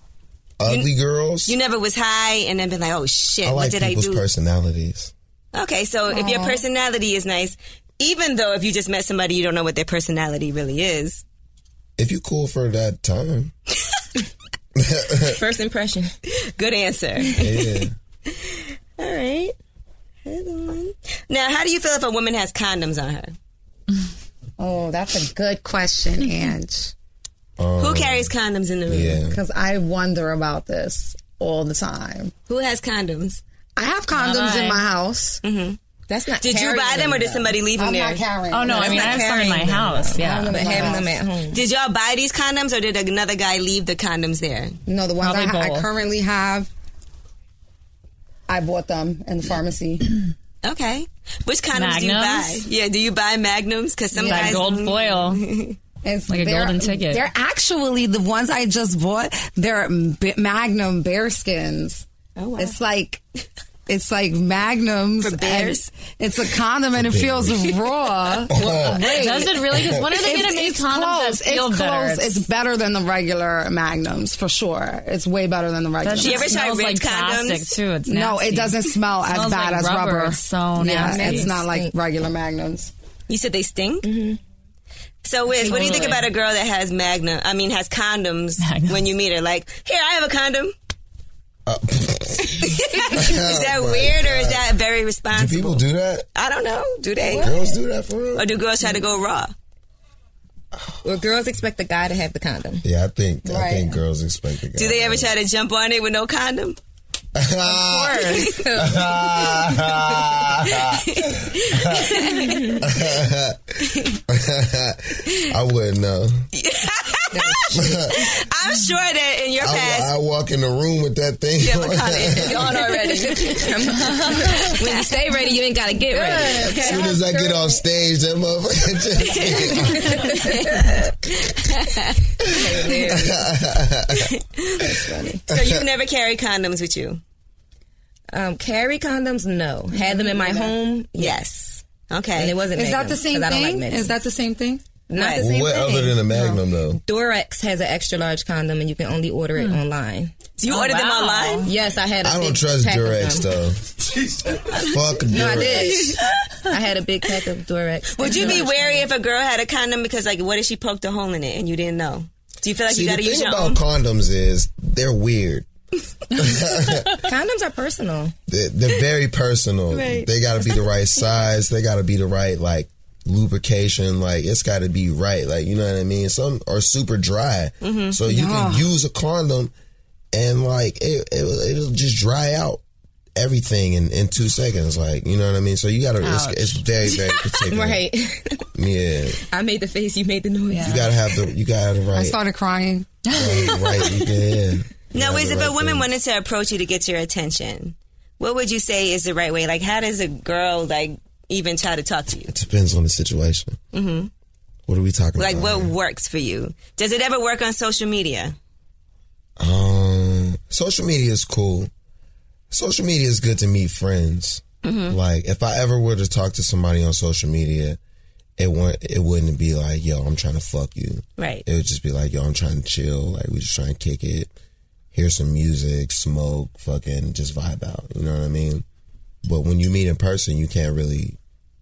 S6: Ugly girls.
S3: You never was high, and then been like, "Oh shit,
S6: I like
S3: what did I
S6: people's
S3: do?"
S6: personalities.
S3: Okay, so if your personality is nice, even though if you just met somebody, you don't know what their personality really is.
S6: If you cool for that time,
S5: First impression.
S3: Good answer.
S6: yeah.
S3: All right. Hold on. Now, how do you feel if a woman has condoms on her?
S7: Oh, that's a good question, Ange.
S6: Um,
S3: Who carries condoms in the room?
S6: Yeah.
S7: Because I wonder about this all the time.
S3: Who has condoms?
S7: I have condoms in my house.
S5: That's not.
S3: Did you buy them or did somebody leave them
S7: I'm
S3: there?
S7: not carrying.
S4: Oh no, I mean I
S5: not
S4: have some in my
S5: carrying them,
S4: house. Yeah.
S5: But having them at home.
S3: Did y'all buy these condoms or did another guy leave the condoms there?
S7: No, the ones I,
S4: Probably
S7: ha- I
S4: both.
S7: currently have, I bought them in the pharmacy.
S3: Okay. Which condoms do you buy?
S4: Magnums?
S3: Yeah, do you buy magnums? Because some
S4: That
S3: guys
S4: gold foil.
S7: It's
S4: Like a
S7: they're-
S4: golden ticket.
S7: They're actually the ones I just bought. They're b- Magnum bear skins. Oh wow! It's like it's like Magnums
S3: For bears?
S7: and It's a condom and it feels raw.
S6: Oh.
S7: Wait.
S4: Does it really? Because when are they going to make condoms that feel
S7: it's
S4: better?
S7: Close. It's better than the regular Magnums for sure. It's way better than the regular.
S4: that
S3: You
S4: shit
S3: ever tried
S4: smells
S3: red
S4: like plastic
S3: condoms?
S4: too. It's
S7: No,
S4: nasty.
S7: it doesn't smell as
S4: smells
S7: bad
S4: like
S7: as
S4: rubber.
S7: rubber.
S4: It's so
S7: yeah,
S4: nasty.
S7: it's not like regular Magnums.
S3: You said they stink? Mm-hmm. So, Wiz, what do you think about
S4: Totally.
S3: a girl that has magnum, I mean, has condoms
S4: Magnums.
S3: when you meet her? Like, here, I have a condom.
S6: Uh,
S3: Is that
S6: Oh,
S3: weird or is that very
S6: do
S3: responsible?
S6: people do that?
S3: I don't know. Do they?
S6: Girls do that for real?
S3: Or Oh, do girls try to go raw?
S5: Well, girls expect the guy to have the condom.
S6: Yeah, I think I think girls expect the guy.
S3: Do they ever try to jump on it with no condom?
S6: I wouldn't know.
S3: I'm sure that in your past,
S6: I, I walk in the room with that thing.
S3: you have a condom. It's on already.
S5: when you stay ready, you ain't gotta get ready.
S6: As soon as I get off stage, that motherfucker just
S3: So you've never carried condoms with you?
S5: Um, carry condoms? No. Had them in my home? Yes. And
S3: Okay.
S5: it wasn't.
S7: Is that
S5: Magnum,
S7: the same
S5: 'cause I don't
S7: thing?
S5: Like Magnum.
S7: Is that the same thing?
S5: not the
S3: Right.
S5: same
S6: What
S5: thing?
S6: other than a Magnum though?
S5: Dorex has an extra large condom, and you can only order it online.
S3: Do you order them
S4: wow.
S3: online?
S5: Yes, I had. I
S6: I don't trust Durex though. Fuck Durex.
S5: No, I did. I had a big pack of Dorex.
S3: Would you be wary if a girl had a condom because, like, what if she poked a hole in it and you didn't know? Do you feel like
S6: See,
S3: you
S6: the
S3: got to use
S6: thing
S3: your
S6: about
S3: own?
S6: condoms is they're weird.
S5: Condoms are personal.
S6: They're, they're very personal. They got to be the right size. They got to be the right like lubrication. Like it's got to be right. Like you know what I mean. Some are super dry, so you can use a condom and like it, it it'll just dry out everything in, in two seconds. Like you know what I mean. So you got to. It's, it's very very particular.
S5: Right.
S6: Yeah.
S5: I made the face. You made the noise.
S6: You gotta have the. You gotta have the right.
S7: I started crying.
S6: right, right, yeah.
S3: Now,
S6: Yeah,
S3: is
S6: the
S3: if
S6: right
S3: a woman
S6: thing.
S3: wanted to approach you to get your attention, what would you say is the right way? Like, how does a girl like even try to talk to you?
S6: It depends on the situation. Mm-hmm. What are we talking
S3: Like,
S6: about?
S3: what works for you? Does it ever work on social media?
S6: what? Um, social media is cool. Social media is good to meet friends.
S3: Mm-hmm.
S6: Like, if I ever were to talk to somebody on social media, it wouldn't. It wouldn't be like, "Yo, I'm trying to fuck you."
S3: Right.
S6: It would just be like, "Yo, I'm trying to chill. Like, we just trying to kick it, hear some music, smoke, fucking, just vibe out." You know what I mean? But when you meet in person, you can't really,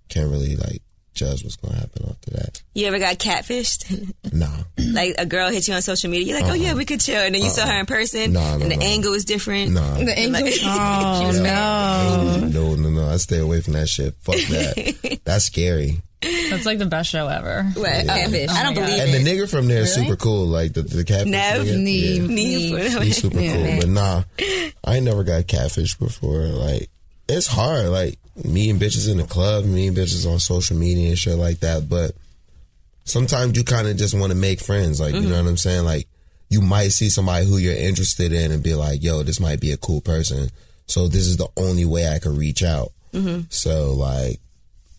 S6: can't really like judge what's gonna happen after that.
S3: You ever got catfished?
S6: Nah.
S3: like a girl hit you on social media, you're like, oh yeah, we could chill, and then you saw her in person,
S6: Uh-huh. Nah, nah,
S3: and the
S6: nah.
S3: angle is different.
S6: Nah.
S5: The angel.
S7: Oh no!
S6: No, no, no. I stay away from that shit. Fuck that. That's scary.
S4: That's like the best show ever.
S3: What? Catfish. I don't believe
S6: And the
S3: it.
S6: nigga from there is super cool. Like the, the catfish.
S3: Nev.
S6: nigga.
S7: Neve.
S6: Yeah. He's super cool. But nah, I ain't never got catfish before. Like, it's hard. Like, meeting bitches in the club, meeting bitches on social media and shit like that. But sometimes you kind of just want to make friends. Like, you know what I'm saying? Like, you might see somebody who you're interested in and be like, yo, this might be a cool person. So this is the only way I can reach out. So, like,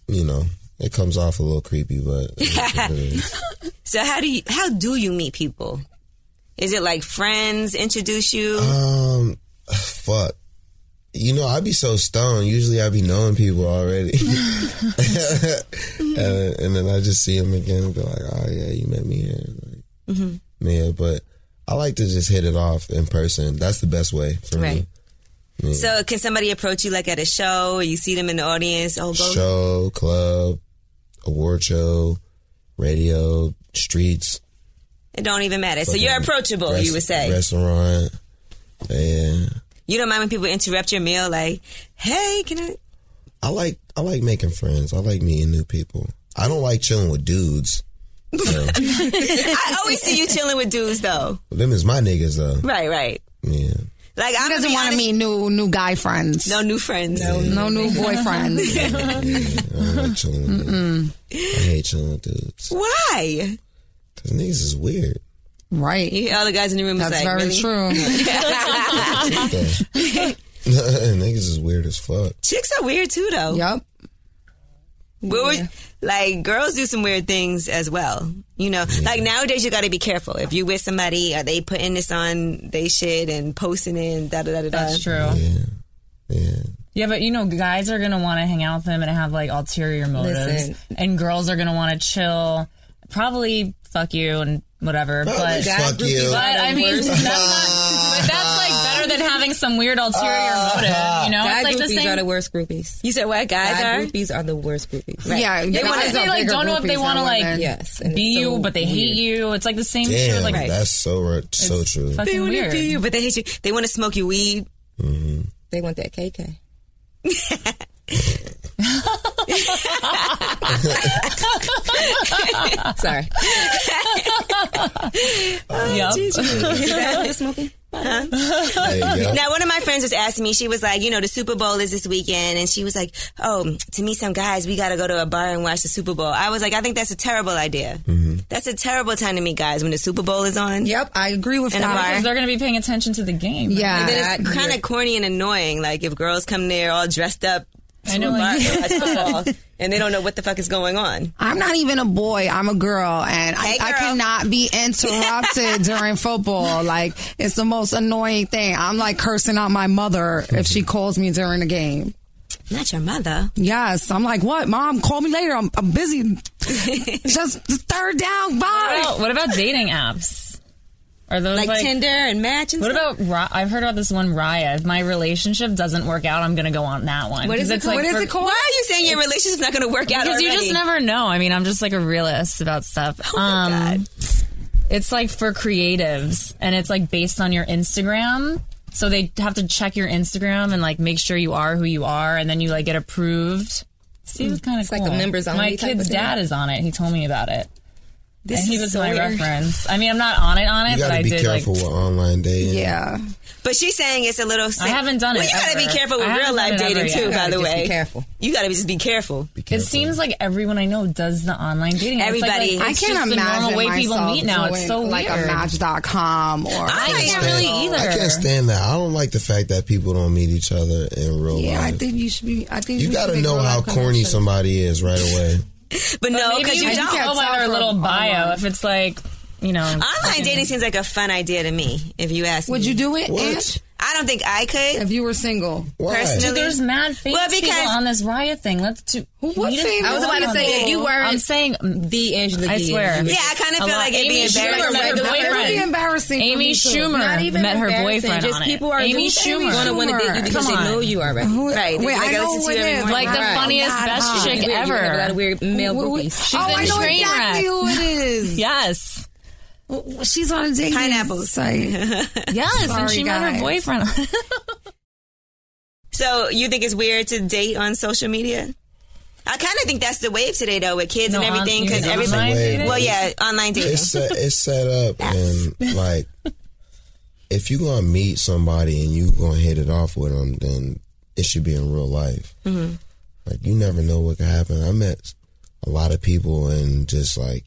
S6: you know, it comes off a little creepy, but
S3: so how do you how do you meet people?
S5: Uh,
S3: Is it like friends introduce you?
S6: um, fuck. You know, I'd be so stoned. Usually, I'd be knowing people already, and, then- and then I just see them again and be like, "Oh yeah, you met me here." Like,
S3: Mm-hmm.
S6: Yeah, but I like to just hit it off in person. That's the best way for
S3: Right.
S6: me. Yeah.
S3: So can somebody approach you like at a show or you see them in the audience? Oh, go.
S6: show, club, award show, radio, streets.
S3: It don't even matter. So you're
S6: fucking
S3: approachable,
S6: rest-
S3: you would say.
S6: restaurant. Yeah,
S3: You don't mind when people interrupt your meal like, hey, can I?
S6: I like I like making friends. I like meeting new people. I don't like chilling with dudes. So,
S3: I always see you chilling with dudes though.
S6: them is my niggas though.
S3: Right, right.
S6: Yeah.
S3: Like I
S2: He doesn't want to meet new new guy friends.
S3: no new friends.
S2: No new boyfriends.
S6: Yeah, I don't like chilling with dudes. I hate chilling with dudes.
S3: Why?
S6: Cause niggas is weird.
S2: right.
S3: You hear all the guys in the room
S2: That's
S3: is like,
S2: very
S3: really?
S2: true.
S6: Fuck that. niggas is weird as fuck.
S3: Chicks are weird too though.
S2: yep.
S3: We're- like girls do some weird things as well. You know, like nowadays you got to be careful. If you with somebody, are they putting this on they shit and posting it? And da da da da. da?
S4: That's true.
S6: Yeah. Yeah.
S4: Yeah, but you know, guys are gonna want to hang out with them and have like ulterior motives,
S5: Listen.
S4: and girls are gonna want to chill, probably fuck you and whatever.
S6: Probably
S4: But
S6: fuck you.
S4: but I mean, that's not. But that's like better than having some weird ulterior motive. You know,
S5: Ah. Guy
S4: it's like
S5: groupies
S4: the
S5: are
S4: same.
S5: the worst groupies.
S3: You said what? Guys
S5: Guy
S3: are.
S5: groupies are the worst groupies.
S2: Yeah.
S4: they wanna-
S2: guys
S4: they,
S2: are
S4: like,
S2: bigger
S4: don't know if they
S2: groupies
S4: wanna,
S2: than
S4: like,
S2: women.
S5: Yes. and
S4: be
S5: it's so
S4: you, but they hate you. It's like the same shit.
S6: Damn,
S4: Like
S6: that's so ru- so true.
S4: fucking
S3: They want to
S4: weird.
S3: be you, but they hate you. They want to smoke you weed.
S5: They want that KK. Sorry.
S4: Yep.
S5: smoking?
S6: Hey, yo.
S3: Now, one of my friends was asking me, she was like, you know, the Super Bowl is this weekend. And she was like, oh, to meet some guys, we got to go to a bar and watch the Super Bowl. I was like, I think that's a terrible idea.
S4: Mm-hmm.
S3: That's a terrible time to meet guys when the Super Bowl is on.
S2: Yep. I agree with
S3: In a
S2: that.
S3: bar.
S4: Because they're gonna be paying attention to the game.
S2: Yeah.
S3: And then it's kind of corny and annoying. Like, if girls come there all dressed up to
S4: I know,
S3: a bar
S4: like-
S3: to watch football and they don't know what the fuck is going on.
S2: I'm not even a boy. I'm a girl, and
S3: Hey,
S2: I, I
S3: girl.
S2: cannot be interrupted during football. Like it's the most annoying thing. I'm like cursing out my mother if she calls me during the game.
S3: Not your mother.
S2: Yes, I'm like, what, mom? Call me later. I'm, I'm busy. Just the third
S4: What
S2: down. Bye.
S4: about, what about dating apps? Are those
S3: Like, Tinder and Match and
S4: What
S3: stuff.
S4: about Ra- I've heard about this one Raya. If my relationship doesn't work out, I'm gonna go on that one.
S3: What is
S4: 'Cause
S3: it
S4: it's
S3: called?
S4: like
S3: What is
S4: for-
S3: it called? Why are you saying your relationship's not going to work out
S4: Because you
S3: already?
S4: just never know. I mean, I'm just like a realist about stuff. Um,
S3: Oh, my God.
S4: It's like for creatives, and it's like based on your Instagram. So they have to check your Instagram and like make sure you are who you are, and then you like get approved. See, it's kind of
S5: like
S4: cool.
S5: a members only
S4: My
S5: type of
S4: kid's
S5: thing.
S4: dad is on it. He told me about it.
S3: This
S4: and he
S3: is
S4: was
S3: so
S4: my
S3: weird.
S4: reference. I mean, I'm not on it on it,
S6: You
S4: but
S6: gotta
S4: I
S6: be
S4: did
S6: careful
S4: like
S6: with online dating.
S2: Yeah.
S3: But she's saying it's a little. Sick.
S4: I haven't done
S3: well,
S4: it
S3: You gotta
S4: ever.
S3: be careful with
S4: I haven't
S3: real life
S4: done it
S3: dating
S4: ever
S3: too.
S4: yet.
S3: By the
S5: Just be
S3: way,
S5: careful.
S3: You gotta be, just be careful.
S6: Be
S4: It
S6: careful.
S4: seems like everyone I know does the online dating. It's like,
S3: Everybody.
S4: like,
S2: I
S4: it's
S2: can't
S4: just
S2: imagine
S4: the normal way people
S2: myself
S4: meet now. It's
S2: doing,
S4: so
S2: like
S4: weird.
S2: a Match.com or
S4: I can't really either.
S6: I can't stand that. I don't like the fact that people don't meet each other in real
S2: Yeah, I
S6: life.
S2: think you should be. I think
S6: you
S2: we should
S6: gotta
S2: make
S6: know
S2: real
S6: how
S2: life
S6: corny
S2: connections.
S6: somebody is right away.
S3: But no,
S4: Maybe
S3: because you
S4: you
S3: don't.
S4: can
S2: can't
S4: tell by
S2: tell
S4: their
S2: from
S4: little bio
S2: online.
S4: if it's like you know
S3: Online
S4: fucking-
S3: dating seems like a fun idea to me. If you ask
S2: Would
S3: me,
S2: you do it,
S6: What?
S2: Ange?
S3: I don't think I could
S2: If you were single,
S6: Why?
S3: personally.
S4: There's mad famous
S3: Well, because-
S4: people on this riot thing. Let's do.
S2: what
S4: we didn't
S2: famous?
S4: go
S5: I was about to
S4: on
S5: say,
S4: that.
S5: if you weren't-
S4: I'm saying
S5: The Angela
S4: I
S5: Yee.
S4: swear.
S5: You-
S3: yeah, I kind of
S4: a
S3: feel
S4: lot.
S3: like it'd be
S4: Amy Schumer
S3: embarrassing.
S4: met her
S5: That would be
S4: boyfriend.
S2: embarrassing for
S4: Amy
S2: me, too.
S4: Schumer
S5: Not even
S4: met her
S5: embarrassing,
S4: boyfriend
S5: just
S4: on it.
S5: people are
S4: Amy
S5: just-
S4: Schumer.
S5: Gonna want to date you
S4: Come
S5: because they know
S4: on.
S5: you already.
S3: Right.
S2: Wait,
S3: like,
S2: I know
S3: listen
S2: who
S3: to
S2: it
S3: you every
S2: is.
S3: morning.
S4: Like the
S2: Right.
S4: funniest,
S2: Not
S4: best
S2: hot.
S4: chick
S5: Weird. You have a lot
S4: ever.
S5: of weird male
S2: Who- who-
S5: groupies.
S2: oh,
S4: in
S2: I know
S4: Trainwreck.
S2: exactly who it is.
S4: Yes,
S2: Well, She's on a date.
S3: Pineapples.
S2: Site.
S4: yes, and
S2: Sorry,
S4: she met
S2: guys.
S4: her boyfriend.
S3: So you think it's weird to date on social media? I kind of think that's the wave today, though, with kids
S4: No,
S3: and
S4: on-
S3: everything.
S4: you
S3: Because
S4: mean
S3: everything.
S4: online
S6: Wait,
S4: dating?
S3: Well, yeah, online dating.
S6: It's set, it's set up and like if you gonna meet somebody and you gonna hit it off with them, then it should be in real life. Like you never know what could happen. I met a lot of people and just like